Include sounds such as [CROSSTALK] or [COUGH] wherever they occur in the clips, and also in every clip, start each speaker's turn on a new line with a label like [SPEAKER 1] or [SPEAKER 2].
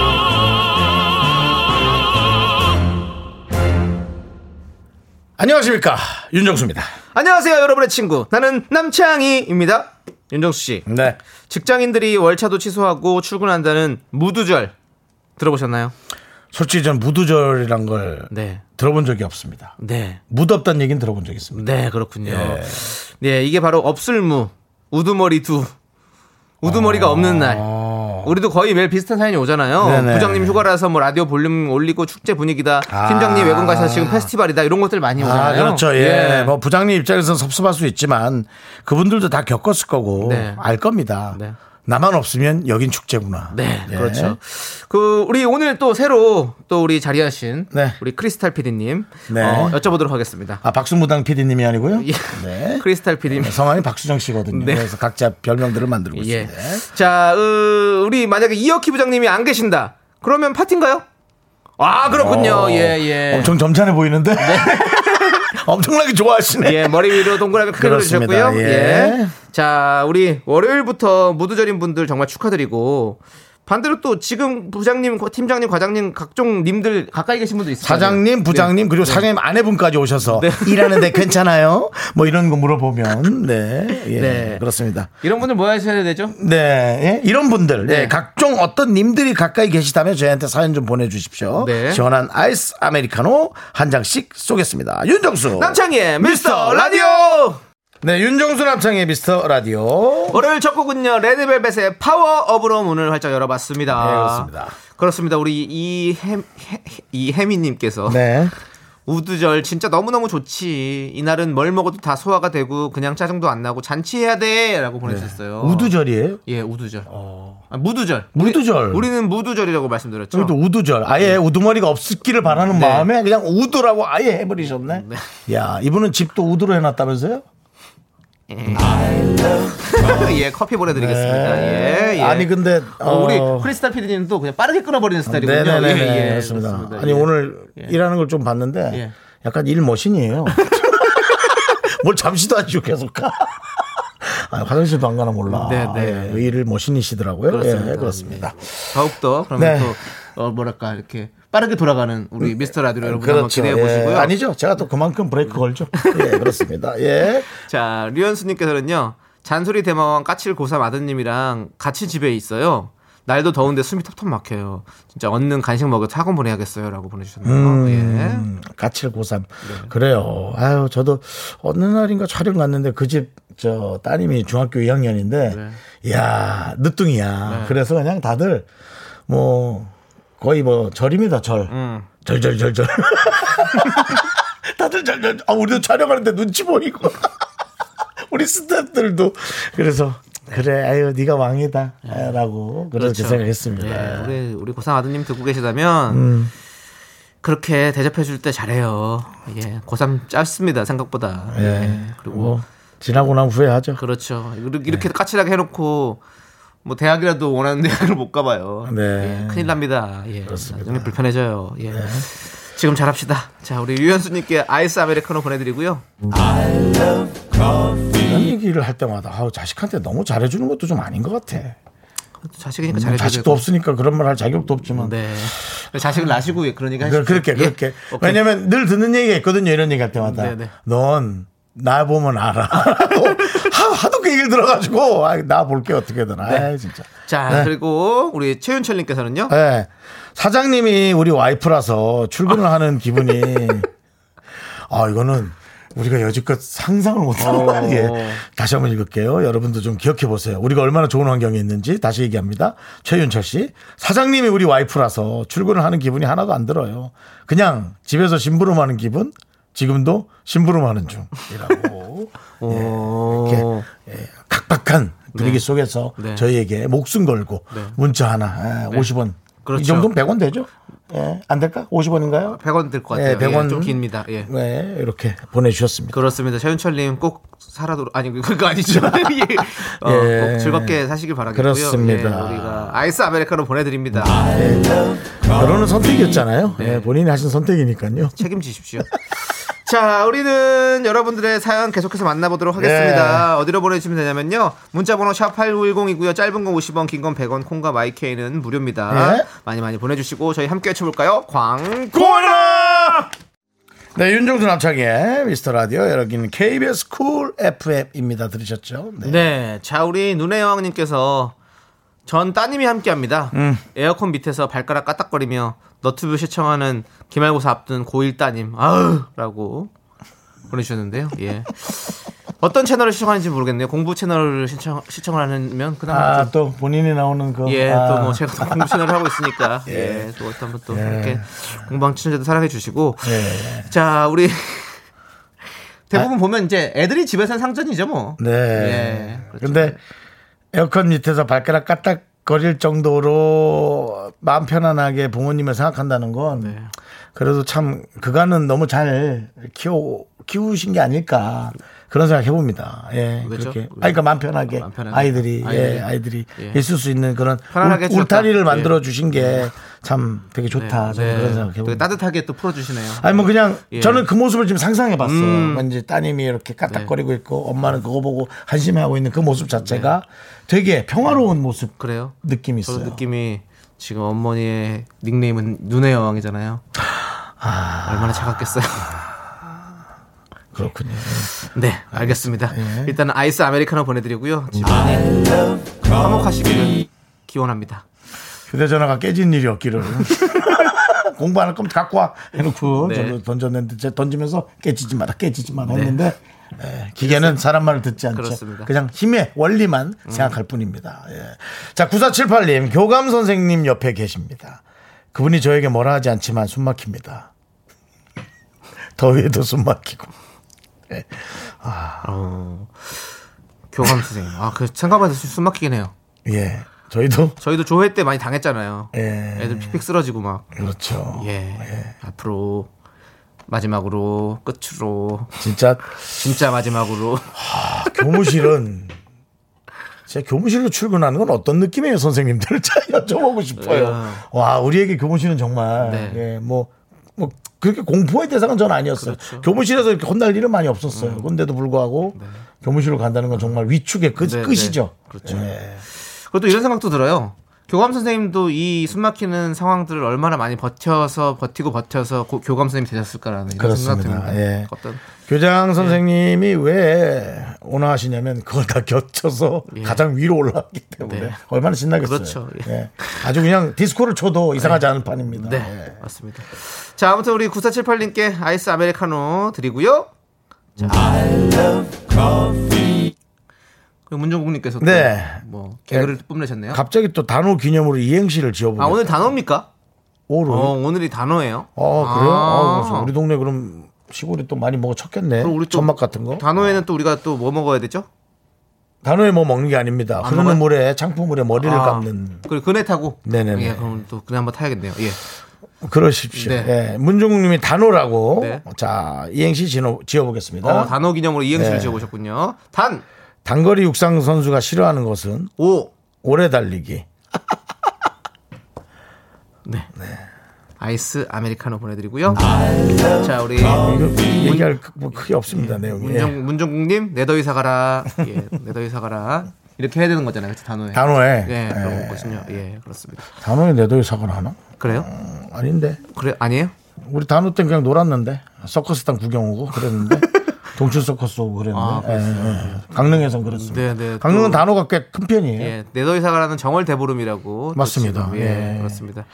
[SPEAKER 1] 안녕하십니까 윤정수입니다.
[SPEAKER 2] 안녕하세요, 여러분의 친구. 나는 남창희입니다. 윤정수 씨,
[SPEAKER 1] 네.
[SPEAKER 2] 직장인들이 월차도 취소하고 출근한다는 무두절 들어보셨나요?
[SPEAKER 1] 솔직히 전 무두절이란 걸
[SPEAKER 2] 네,
[SPEAKER 1] 들어본 적이 없습니다.
[SPEAKER 2] 네,
[SPEAKER 1] 무덥단 얘기는 들어본 적이 있습니다.
[SPEAKER 2] 네, 그렇군요.
[SPEAKER 1] 예.
[SPEAKER 2] 네, 이게 바로 없을무, 우두머리 두, 우두머리가 없는 날. 우리도 거의 매일 비슷한 사연이 오잖아요.
[SPEAKER 1] 아. 네네.
[SPEAKER 2] 부장님 휴가라서 뭐 라디오 볼륨 올리고 축제 분위기다.
[SPEAKER 1] 아.
[SPEAKER 2] 팀장님 외근 가셔서 지금 페스티벌이다. 이런 것들 많이
[SPEAKER 1] 아,
[SPEAKER 2] 오잖아요.
[SPEAKER 1] 그렇죠. 예. 뭐 부장님 입장에서는 섭섭할 수 있지만 그분들도 다 겪었을 거고
[SPEAKER 2] 네.
[SPEAKER 1] 알 겁니다.
[SPEAKER 2] 네.
[SPEAKER 1] 나만 없으면 여긴 축제구나.
[SPEAKER 2] 네,
[SPEAKER 1] 예.
[SPEAKER 2] 그렇죠. 그 우리 오늘 또 새로 또 우리 자리하신
[SPEAKER 1] 네.
[SPEAKER 2] 우리 크리스탈 PD님
[SPEAKER 1] 네.
[SPEAKER 2] 어, 여쭤보도록 하겠습니다.
[SPEAKER 1] 아, 박수무당 PD님이 아니고요.
[SPEAKER 2] 예. [LAUGHS]
[SPEAKER 1] 네.
[SPEAKER 2] 크리스탈 PD님.
[SPEAKER 1] 성함이 박수정 씨거든요.
[SPEAKER 2] 네.
[SPEAKER 1] 그래서 각자 별명들을 만들고
[SPEAKER 2] 예.
[SPEAKER 1] 있습니다.
[SPEAKER 2] 자, 으, 우리 만약에 이혁희 부장님이 안 계신다. 그러면 파티인가요? 아, 그렇군요.
[SPEAKER 1] 어,
[SPEAKER 2] 예, 예.
[SPEAKER 1] 엄청 점잖해 보이는데. [LAUGHS] 엄청나게 좋아하시네.
[SPEAKER 2] 예, 머리 위로 동그라미 크게
[SPEAKER 1] 그렇습니다.
[SPEAKER 2] 그려주셨고요. 예.
[SPEAKER 1] 예.
[SPEAKER 2] 자, 우리 월요일부터 무두절인 분들 정말 축하드리고 반대로 또 지금 부장님, 팀장님, 과장님 각종 님들 가까이 계신 네. 분들 있어요.
[SPEAKER 1] 사장님, 부장님, 그리고 사장님 아내분까지 오셔서
[SPEAKER 2] 네. [LAUGHS]
[SPEAKER 1] 일하는데 괜찮아요? 뭐 이런 거 물어보면 네, 예,
[SPEAKER 2] 네.
[SPEAKER 1] 그렇습니다.
[SPEAKER 2] 이런 분들 뭐 하셔야 되죠?
[SPEAKER 1] 네, 예, 이런 분들,
[SPEAKER 2] 네.
[SPEAKER 1] 예, 각종 어떤 님들이 가까이 계시다면 저희한테 사연 좀 보내주십시오.
[SPEAKER 2] 네.
[SPEAKER 1] 시원한 아이스 아메리카노 한 장씩 쏘겠습니다. 윤정수,
[SPEAKER 2] 남창희의 미스터 라디오!
[SPEAKER 1] 네, 윤정수 남창의 미스터 라디오.
[SPEAKER 2] 월요일 첫 곡은요, 레드벨벳의 파워업으로 문을 활짝 열어봤습니다.
[SPEAKER 1] 네, 그렇습니다.
[SPEAKER 2] 그렇습니다. 우리 이햄, 해- 이혜미님께서
[SPEAKER 1] 네,
[SPEAKER 2] 우두절 진짜 너무너무 좋지. 이날은 뭘 먹어도 다 소화가 되고 그냥 짜증도 안 나고 잔치해야 돼! 라고 보내주셨어요.
[SPEAKER 1] 네. 우두절이에요. 어.
[SPEAKER 2] 예, 우두절. 아, 무두절.
[SPEAKER 1] 무두절.
[SPEAKER 2] 우리, 네. 는 무두절이라고 말씀드렸죠.
[SPEAKER 1] 저희도 우두절 아예 우두머리가 없기를 바라는
[SPEAKER 2] 네.
[SPEAKER 1] 마음에 그냥 우두라고 아예 해버리셨네. 야 이분은 집도 우두로 해놨다면서요?
[SPEAKER 2] [LAUGHS] 예, 커피 보내드리겠습니다. 예, 예.
[SPEAKER 1] 네. 아니 근데
[SPEAKER 2] 어, 우리
[SPEAKER 1] 어,
[SPEAKER 2] 크리스탈 PD님도 그냥 빠르게 끊어버리는 스타일이군요.
[SPEAKER 1] 네네네
[SPEAKER 2] 예, 예,
[SPEAKER 1] 그렇습니다.
[SPEAKER 2] 그렇습니다.
[SPEAKER 1] 아니
[SPEAKER 2] 예.
[SPEAKER 1] 오늘 일하는 걸 좀 봤는데
[SPEAKER 2] 예.
[SPEAKER 1] 약간 일
[SPEAKER 2] [LAUGHS]
[SPEAKER 1] 머신이에요. 뭘 잠시도 안 쉬고 계속 가. 아, 화장실도 안 가나 몰라.
[SPEAKER 2] 네네.
[SPEAKER 1] 예, 일을 머신이시더라고요.
[SPEAKER 2] 그렇습니다.
[SPEAKER 1] 예, 그렇습니다.
[SPEAKER 2] 더욱더 그러면
[SPEAKER 1] 네. 음.
[SPEAKER 2] 또 어, 뭐랄까 이렇게 빠르게 돌아가는 우리 미스터 라디오 여러분 한번
[SPEAKER 1] 그렇죠.
[SPEAKER 2] 기대해
[SPEAKER 1] 예.
[SPEAKER 2] 보시고요.
[SPEAKER 1] 아니죠. 제가 또 그만큼 브레이크 걸죠. 예, 그렇습니다. 예.
[SPEAKER 2] 자 류현수님께서는요 잔소리 대마왕 까칠 고삼 아드님이랑 같이 집에 있어요. 날도 더운데 숨이 턱턱 막혀요. 진짜 얻는 간식 먹여 학원 보내야겠어요라고 보내주셨네요.
[SPEAKER 1] 음,
[SPEAKER 2] 예.
[SPEAKER 1] 가칠 고삼 그래요. 아유 저도 어느 날인가 촬영 갔는데 그 집 저 따님이 중학교 2학년인데 야 늦둥이야. 그래서 그냥 다들 뭐 거의 뭐 절입니다 절. 절절절절. [LAUGHS] 다들 절절. 아 우리도 촬영하는데 눈치 보이고. [LAUGHS] 우리 스태프들도 그래서 그래 아유 네가 네. 왕이다 라고 그렇게 그렇죠. 생각했습니다. 음.
[SPEAKER 2] 예, 우리 우리 고삼 아드님 듣고 계시다면 그렇게 대접해 줄 때 잘해요. 예, 고삼 짧습니다 생각보다. 예. 그리고
[SPEAKER 1] 뭐 지나고 난 후회하죠.
[SPEAKER 2] 그렇죠.
[SPEAKER 1] 네.
[SPEAKER 2] 이렇게, 이렇게 까칠하게 해놓고 뭐 대학이라도 원하는 대학을 못 가봐요.
[SPEAKER 1] 네.
[SPEAKER 2] 예, 큰일 납니다. 예, 나중에 불편해져요. 예. 지금 잘합시다. 자, 우리 유현수님께 아이스 아메리카노 보내드리고요.
[SPEAKER 1] 이런 얘기를 할 때마다 아우 자식한테 너무 잘해주는 것도 좀 아닌 것 같아.
[SPEAKER 2] 자식이니까 네.
[SPEAKER 1] 음,
[SPEAKER 2] 잘해줘야
[SPEAKER 1] 자식도 없으니까 그런 말 할 자격도 없지만.
[SPEAKER 2] 네. 자식을 낳으시고 예, 그런 얘기 하시죠.
[SPEAKER 1] 그- 그렇게 그렇게.
[SPEAKER 2] 예. 오케이.
[SPEAKER 1] 왜냐면 늘 듣는 얘기가 있거든요. 이런 얘기 할 때마다.
[SPEAKER 2] 네네.
[SPEAKER 1] 넌 나 보면 알아. [LAUGHS] 하- 하도 그 얘기를 들어가지고 아, 나 볼게 어떻게든.
[SPEAKER 2] 네.
[SPEAKER 1] 아 진짜.
[SPEAKER 2] 자,
[SPEAKER 1] 네.
[SPEAKER 2] 그리고 우리 최윤철님께서는요.
[SPEAKER 1] 예. 사장님이 우리 와이프라서
[SPEAKER 2] [LAUGHS]
[SPEAKER 1] 출근을 하는 기분이 아 이거는 우리가 여지껏 상상을 못한
[SPEAKER 2] 어.
[SPEAKER 1] 말이에요. 다시 한번 읽을게요. 여러분도 좀 기억해 보세요. 우리가 얼마나 좋은 환경에 있는지 다시 얘기합니다. 최윤철 씨. 사장님이 우리 와이프라서 출근을 하는 기분이 하나도 안 들어요. 그냥 집에서 심부름하는 기분? 지금도 심부름하는 중이라고.
[SPEAKER 2] 오.
[SPEAKER 1] 예, 각박한 분위기 속에서
[SPEAKER 2] 네.
[SPEAKER 1] 저희에게 목숨 걸고 문자 하나 아, 50원.
[SPEAKER 2] 그렇죠.
[SPEAKER 1] 이 정도면 100원 되죠? 예, 안 될까? 50원인가요?
[SPEAKER 2] 100원 들 것 같아요.
[SPEAKER 1] 예, 100원.
[SPEAKER 2] 예, 좀 깁니다. 예.
[SPEAKER 1] 네, 이렇게 보내주셨습니다.
[SPEAKER 2] 그렇습니다. 최윤철님 꼭 살아도 아니 그거 아니죠. [LAUGHS] 예. 어,
[SPEAKER 1] 예.
[SPEAKER 2] 꼭 즐겁게 사시길 바라겠고요.
[SPEAKER 1] 그렇습니다.
[SPEAKER 2] 예, 우리가 아이스 아메리카노 보내드립니다. 그-
[SPEAKER 1] 결혼은 선택이었잖아요.
[SPEAKER 2] 네.
[SPEAKER 1] 예, 본인이 하신 선택이니까요.
[SPEAKER 2] 책임지십시오. 자, 우리는 여러분들의 사연 계속해서 만나보도록 하겠습니다.
[SPEAKER 1] 예.
[SPEAKER 2] 어디로 보내주시면 되냐면요. 문자번호 샵8910이고요. 짧은 건 50원, 긴 건 100원, 콩과 마이케이는 무료입니다.
[SPEAKER 1] 네.
[SPEAKER 2] 많이 많이 보내주시고 저희 함께 외쳐볼까요? 광.
[SPEAKER 1] 고라! 네, 윤종수 남창의 미스터 라디오 여러분 KBS 쿨 FM입니다. 들으셨죠? 네.
[SPEAKER 2] 네. 자, 우리 눈의 여왕님께서 전 따님이 함께 합니다.
[SPEAKER 1] 음.
[SPEAKER 2] 에어컨 밑에서 발가락 까딱거리며 너튜브 시청하는 기말고사 앞둔 고1 따님, 아우! 라고 보내주셨는데요. 예. 어떤 채널을 시청하는지 모르겠네요. 공부 채널을 시청, 시청을 하면 그나마
[SPEAKER 1] 아,
[SPEAKER 2] 좀.
[SPEAKER 1] 또 본인이 나오는 거.
[SPEAKER 2] 예,
[SPEAKER 1] 아,
[SPEAKER 2] 또 뭐 제가 또 공부 채널을 하고
[SPEAKER 1] [LAUGHS]
[SPEAKER 2] 있으니까. 예. 또 어떤 분또 이렇게 공방 친자도 사랑해 주시고.
[SPEAKER 1] 예.
[SPEAKER 2] 자, 우리.
[SPEAKER 1] 아.
[SPEAKER 2] 대부분 보면 이제 애들이 집에서 상전이죠, 뭐.
[SPEAKER 1] 네.
[SPEAKER 2] 예, 그렇죠.
[SPEAKER 1] 근데 에어컨 밑에서 발가락 까딱 거릴 정도로 마음 편안하게 부모님을 생각한다는 건
[SPEAKER 2] 네.
[SPEAKER 1] 그래도 참 그간은 너무 잘 키워 키우신 게 아닐까 그런 생각 해봅니다. 예, 그렇
[SPEAKER 2] 그렇죠.
[SPEAKER 1] 게 아니, 그러니까 마음 편하게,
[SPEAKER 2] 마음 편하게.
[SPEAKER 1] 아이들이
[SPEAKER 2] 아이들이.
[SPEAKER 1] 예, 아이들이
[SPEAKER 2] 예.
[SPEAKER 1] 있을 수 있는 그런
[SPEAKER 2] 편안하게
[SPEAKER 1] 울, 타리를
[SPEAKER 2] 해주셨다. 예.
[SPEAKER 1] 만들어 주신 게 참 되게 좋다. 저는
[SPEAKER 2] 네.
[SPEAKER 1] 아, 그런 생각
[SPEAKER 2] 되게
[SPEAKER 1] 해봅니다.
[SPEAKER 2] 따뜻하게 또 풀어주시네요.
[SPEAKER 1] 아니 뭐 그냥
[SPEAKER 2] 예.
[SPEAKER 1] 저는 그 모습을 지금 상상해 봤어요.
[SPEAKER 2] 음. 네.
[SPEAKER 1] 왠지 따님이 이렇게 까딱거리고 있고 엄마는 그거 보고 한심해하고 있는 그 모습 자체가 되게 평화로운 모습
[SPEAKER 2] 음. 그래요?
[SPEAKER 1] 느낌이
[SPEAKER 2] 저
[SPEAKER 1] 있어요.
[SPEAKER 2] 느낌이 지금 어머니의 닉네임은 눈의 여왕이잖아요. 얼마나 차갑겠어요. [LAUGHS]
[SPEAKER 1] 그렇군요.
[SPEAKER 2] 네, 알겠습니다.
[SPEAKER 1] 예.
[SPEAKER 2] 일단은 아이스 아메리카노 보내드리고요.
[SPEAKER 1] 음.
[SPEAKER 2] 집안이
[SPEAKER 1] 아.
[SPEAKER 2] 화목하시기를 기원합니다.
[SPEAKER 1] 휴대전화가 깨진 일이 없기를. [LAUGHS] 공부 안 할 거면 갖고 와 해놓고
[SPEAKER 2] 네.
[SPEAKER 1] 저도 던졌는데 제 던지면서 깨지지 마라 깨지지 마라 했는데 예, 기계는 사람 말을 듣지 않죠.
[SPEAKER 2] 그렇습니다. 음.
[SPEAKER 1] 그냥 힘의 원리만 생각할 뿐입니다. 예. 자 9478님 교감 선생님 옆에 계십니다. 그분이 저에게 뭐라 하지 않지만 숨 막힙니다. 더위에도 숨 막히고
[SPEAKER 2] 어, 교감 선생님. 아, 그 생각만 해도 숨 막히긴 해요.
[SPEAKER 1] 예 저희도
[SPEAKER 2] 저희도 조회 때 많이 당했잖아요.
[SPEAKER 1] 예.
[SPEAKER 2] 애들 픽픽 쓰러지고 막.
[SPEAKER 1] 그렇죠.
[SPEAKER 2] 예. 앞으로 마지막으로 끝으로
[SPEAKER 1] 진짜
[SPEAKER 2] 진짜 마지막으로
[SPEAKER 1] 교무실은 제가 교무실로 출근하는 건 어떤 느낌이에요, 선생님들? [LAUGHS] 제가 여쭤보고 싶어요.
[SPEAKER 2] 야.
[SPEAKER 1] 와, 우리에게 교무실은 정말
[SPEAKER 2] 네.
[SPEAKER 1] 예, 뭐, 뭐 그렇게 공포의 대상은 전 아니었어요.
[SPEAKER 2] 그렇죠.
[SPEAKER 1] 교무실에서 이렇게 혼날 일은 많이 없었어요.
[SPEAKER 2] 음.
[SPEAKER 1] 그런데도 불구하고 교무실로 간다는 건 정말 위축의 끝,
[SPEAKER 2] 네,
[SPEAKER 1] 끝이죠.
[SPEAKER 2] 네. 그렇죠.
[SPEAKER 1] 예.
[SPEAKER 2] 그리고 또 이런 생각도 들어요. 교감 선생님도 이 숨막히는 상황들을 얼마나 많이 버텨서 버티고 버텨서 고- 교감 선생님이 되셨을까라는 이런
[SPEAKER 1] 그렇습니다.
[SPEAKER 2] 생각 듭니다.
[SPEAKER 1] 예.
[SPEAKER 2] 어떤 예.
[SPEAKER 1] 교장 선생님이 왜 온화하시냐면 그걸 다 겹쳐서 가장 위로 올라왔기 때문에
[SPEAKER 2] 예. 네.
[SPEAKER 1] 얼마나 신나겠어요.
[SPEAKER 2] 그렇죠. 예.
[SPEAKER 1] 예. 아주 그냥 디스코를 쳐도 이상하지 않은 판입니다.
[SPEAKER 2] 네,
[SPEAKER 1] 예.
[SPEAKER 2] 맞습니다. 자, 아무튼 우리 9478님께 아이스 아메리카노 드리고요. 자. 그리고 문종국님께서 또
[SPEAKER 1] 네.
[SPEAKER 2] 뭐 개그를 뽐내셨네요.
[SPEAKER 1] 갑자기 또 단호 기념으로 이행시를 지어보고
[SPEAKER 2] 아 오늘 단어입니까?
[SPEAKER 1] 오로.
[SPEAKER 2] 어,
[SPEAKER 1] 어,
[SPEAKER 2] 오늘이 단어예요.
[SPEAKER 1] 그래요?
[SPEAKER 2] 아.
[SPEAKER 1] 아, 그래서 우리 동네 그럼 시골에 또 많이 먹어쳤겠네.
[SPEAKER 2] 그럼 우리 또
[SPEAKER 1] 천막 같은 거.
[SPEAKER 2] 단어에는 또 우리가 또 뭐 먹어야 되죠?
[SPEAKER 1] 단호에 뭐 먹는 게 아닙니다. 흐르는
[SPEAKER 2] 먹어요?
[SPEAKER 1] 물에 창포물에 머리를
[SPEAKER 2] 아,
[SPEAKER 1] 감는
[SPEAKER 2] 그리고 그네 타고.
[SPEAKER 1] 네네네.
[SPEAKER 2] 예, 그럼 또 그네 한번 타야겠네요. 예.
[SPEAKER 1] 그러십시오.
[SPEAKER 2] 네.
[SPEAKER 1] 예, 문종국님이 단호라고
[SPEAKER 2] 네.
[SPEAKER 1] 자 이행시 지어, 지어보겠습니다.
[SPEAKER 2] 어, 단어 기념으로 이행시를
[SPEAKER 1] 네.
[SPEAKER 2] 지어보셨군요. 단,
[SPEAKER 1] 단거리 육상 선수가 싫어하는 것은
[SPEAKER 2] 오.
[SPEAKER 1] 오래 달리기.
[SPEAKER 2] 네. 아이스 아메리카노 보내드리고요. 자, 우리
[SPEAKER 1] 이거 얘기할 크- 뭐 크게 없습니다 내용이. 예.
[SPEAKER 2] 음, 문정, 문정국님, 내 더위 사가라. 예, 내 더위 사가라. 이렇게 해야 되는 거잖아요. 그 단어에.
[SPEAKER 1] 단호에 네.
[SPEAKER 2] 예, 그런 거거든요. 예, 그렇습니다.
[SPEAKER 1] 단호에 내도에 사건 하나?
[SPEAKER 2] 그래요?
[SPEAKER 1] 음, 아닌데.
[SPEAKER 2] 그래, 아니에요?
[SPEAKER 1] 우리 단호 때 그냥 놀았는데 서커스탕 구경 오고
[SPEAKER 2] [LAUGHS]
[SPEAKER 1] 그랬는데 동출 서커스 오고
[SPEAKER 2] 아,
[SPEAKER 1] 그랬는데 예, 강릉에선 그랬습니다.
[SPEAKER 2] 네, 네.
[SPEAKER 1] 강릉은
[SPEAKER 2] 또-
[SPEAKER 1] 단호가 꽤 큰 편이에요.
[SPEAKER 2] 예, 내 더위 사가라는 정월 대보름이라고. 또
[SPEAKER 1] 맞습니다.
[SPEAKER 2] 지금, 예,
[SPEAKER 1] 예.
[SPEAKER 2] 그렇습니다.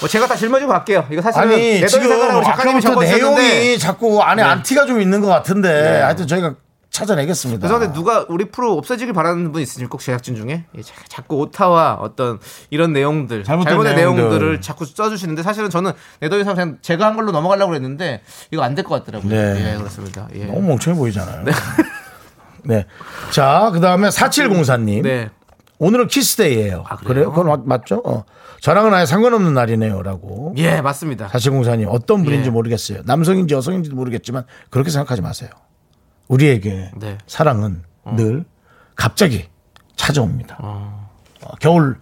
[SPEAKER 2] 뭐 제가 다 질문 좀 갈게요. 이거 사실은
[SPEAKER 1] 아니
[SPEAKER 2] 내 더위
[SPEAKER 1] 지금
[SPEAKER 2] 사가라 우리 작가님이
[SPEAKER 1] 아까부터
[SPEAKER 2] 적어주셨는데 네.
[SPEAKER 1] 내용이 자꾸 안에 안티가 좀 있는 것 같은데 하여튼 저희가 찾아내겠습니다.
[SPEAKER 2] 죄송한데 그 누가 우리 프로 없어지길 바라는 분 있으십니까? 혹시 제작진 중에 예, 자, 자꾸 오타와 어떤 이런 내용들
[SPEAKER 1] 잘못된
[SPEAKER 2] 잘못된
[SPEAKER 1] 내용들.
[SPEAKER 2] 내용들을 자꾸 써주시는데 사실은 저는 내 더위 사가 그냥 제가 한 걸로 넘어가려고 그랬는데 이거 안 될 것 같더라고요.
[SPEAKER 1] 네.
[SPEAKER 2] 예, 그렇습니다. 예.
[SPEAKER 1] [LAUGHS] 네. 너무 멍청해 보이잖아요. 네. 자, 그 다음에 4704님.
[SPEAKER 2] 네.
[SPEAKER 1] 오늘은 키스데이예요.
[SPEAKER 2] 아,
[SPEAKER 1] 그래요?
[SPEAKER 2] 그래요?
[SPEAKER 1] 그건 맞- 맞죠? 어. 저랑은 아예 상관없는 날이네요라고.
[SPEAKER 2] 예, 맞습니다.
[SPEAKER 1] 사실공사님 어떤 분인지
[SPEAKER 2] 예.
[SPEAKER 1] 모르겠어요. 남성인지 여성인지도 모르겠지만 그렇게 생각하지 마세요. 우리에게
[SPEAKER 2] 네.
[SPEAKER 1] 사랑은 늘 갑자기 찾아옵니다. 어, 겨울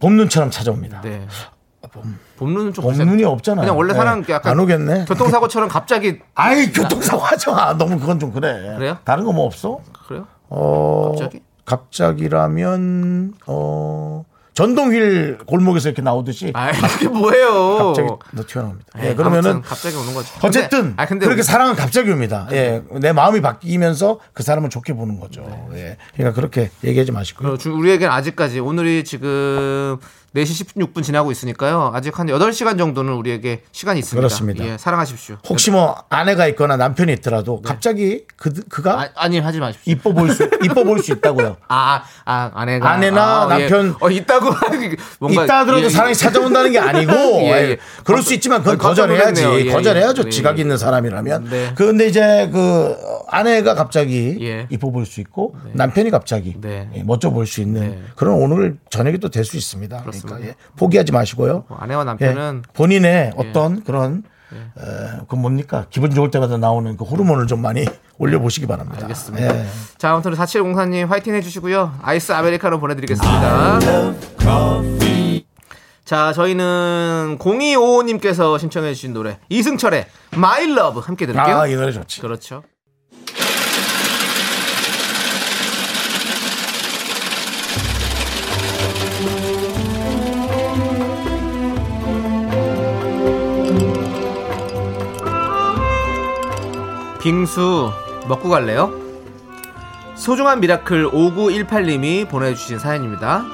[SPEAKER 1] 봄 눈처럼 찾아옵니다.
[SPEAKER 2] 네. 봄, 눈은 좀
[SPEAKER 1] 봄
[SPEAKER 2] 글쎄-
[SPEAKER 1] 눈이 없잖아요.
[SPEAKER 2] 그냥 원래
[SPEAKER 1] 네.
[SPEAKER 2] 사랑 약간
[SPEAKER 1] 안 오겠네.
[SPEAKER 2] 교통사고처럼
[SPEAKER 1] [LAUGHS]
[SPEAKER 2] 갑자기
[SPEAKER 1] 아이 교통사고 하지 마. 너무 그건 좀 그래.
[SPEAKER 2] 그래요?
[SPEAKER 1] 다른 거 뭐 없어?
[SPEAKER 2] 그래요?
[SPEAKER 1] 어,
[SPEAKER 2] 갑자기?
[SPEAKER 1] 라면어 전동휠 골목에서 이렇게 나오듯이
[SPEAKER 2] 아, 이게 뭐예요?
[SPEAKER 1] 갑자기 너 튀어나옵니다. 예,
[SPEAKER 2] 에이,
[SPEAKER 1] 그러면은
[SPEAKER 2] 아무튼 갑자기 오는 거죠. 근데-
[SPEAKER 1] 어쨌든
[SPEAKER 2] 아, 근데
[SPEAKER 1] 그렇게
[SPEAKER 2] 우리- 네.
[SPEAKER 1] 사랑은 갑자기 옵니다. 예, 내 마음이 바뀌면서 그 사람을 좋게 보는 거죠. 예,
[SPEAKER 2] 네.
[SPEAKER 1] 그러니까 그렇게 얘기하지 마시고요.
[SPEAKER 2] 어, 주- 우리에겐 아직까지 오늘이 지금 4시 16분 지나고 있으니까요. 아직 한 8시간 정도는 우리에게 시간이 있습니다.
[SPEAKER 1] 그렇습니다.
[SPEAKER 2] 예, 사랑하십시오.
[SPEAKER 1] 혹시 뭐 아내가 있거나 남편이 있더라도 갑자기 그 그가
[SPEAKER 2] 네. 아, 아니 하지 마십시오.
[SPEAKER 1] 이뻐 보일 수 이뻐 보일 수 있다고요.
[SPEAKER 2] 아, 아, 아, 아내가
[SPEAKER 1] 아내나
[SPEAKER 2] 아, 예.
[SPEAKER 1] 남편-
[SPEAKER 2] 어, 있다고 뭔가
[SPEAKER 1] 있다 하더라도
[SPEAKER 2] 예, 예.
[SPEAKER 1] 사랑이 찾아온다는 게 아니고
[SPEAKER 2] [LAUGHS] 예, 예.
[SPEAKER 1] 예, 그럴 수 있지만 그건
[SPEAKER 2] 깜짝
[SPEAKER 1] 거절해야지
[SPEAKER 2] 놀랐네요. 예,
[SPEAKER 1] 거절해야죠
[SPEAKER 2] 예.
[SPEAKER 1] 지각이 있는 사람이라면
[SPEAKER 2] 네.
[SPEAKER 1] 그런데 이제 그 아내가 갑자기
[SPEAKER 2] 예.
[SPEAKER 1] 이뻐 보일 수 있고 남편이 갑자기
[SPEAKER 2] 네.
[SPEAKER 1] 예, 멋져 보일 수 있는
[SPEAKER 2] 네.
[SPEAKER 1] 그런 오늘 저녁이 또 될 수 있습니다
[SPEAKER 2] 그렇습니다.
[SPEAKER 1] 그러니까 예, 포기하지 마시고요
[SPEAKER 2] 뭐 아내와
[SPEAKER 1] 예,
[SPEAKER 2] 남편은
[SPEAKER 1] 본인의 어떤 그런
[SPEAKER 2] 예.
[SPEAKER 1] 에, 그 뭡니까 기분 좋을 때마다 나오는 그 호르몬을 좀 많이 [LAUGHS] 올려보시기 바랍니다
[SPEAKER 2] 알겠습니다.
[SPEAKER 1] 예.
[SPEAKER 2] 자, 아무튼 4704님 화이팅 해주시고요. 아이스 아메리카노 보내드리겠습니다. 자, 저희는 0255님께서 신청해주신 노래 이승철의 My Love 함께 들을게요.
[SPEAKER 1] 아, 이 노래 좋지
[SPEAKER 2] 그렇죠. 빙수 먹고 갈래요? 소중한 미라클 5918님이 보내주신 사연입니다.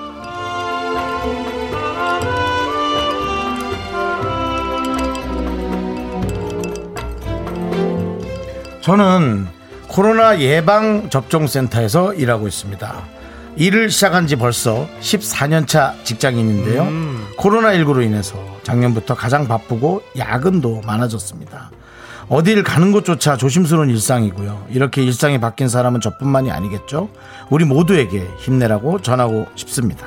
[SPEAKER 1] 저는 코로나 예방 접종 센터에서 일하고 있습니다. 일을 시작한 지 벌써 14년 차 직장인인데요. 코로나 19로 인해서 작년부터 가장 바쁘고 야근도 많아졌습니다. 어딜 가는 것조차 조심스러운 일상이고요. 이렇게 일상이 바뀐 사람은 저뿐만이 아니겠죠. 우리 모두에게 힘내라고 전하고 싶습니다.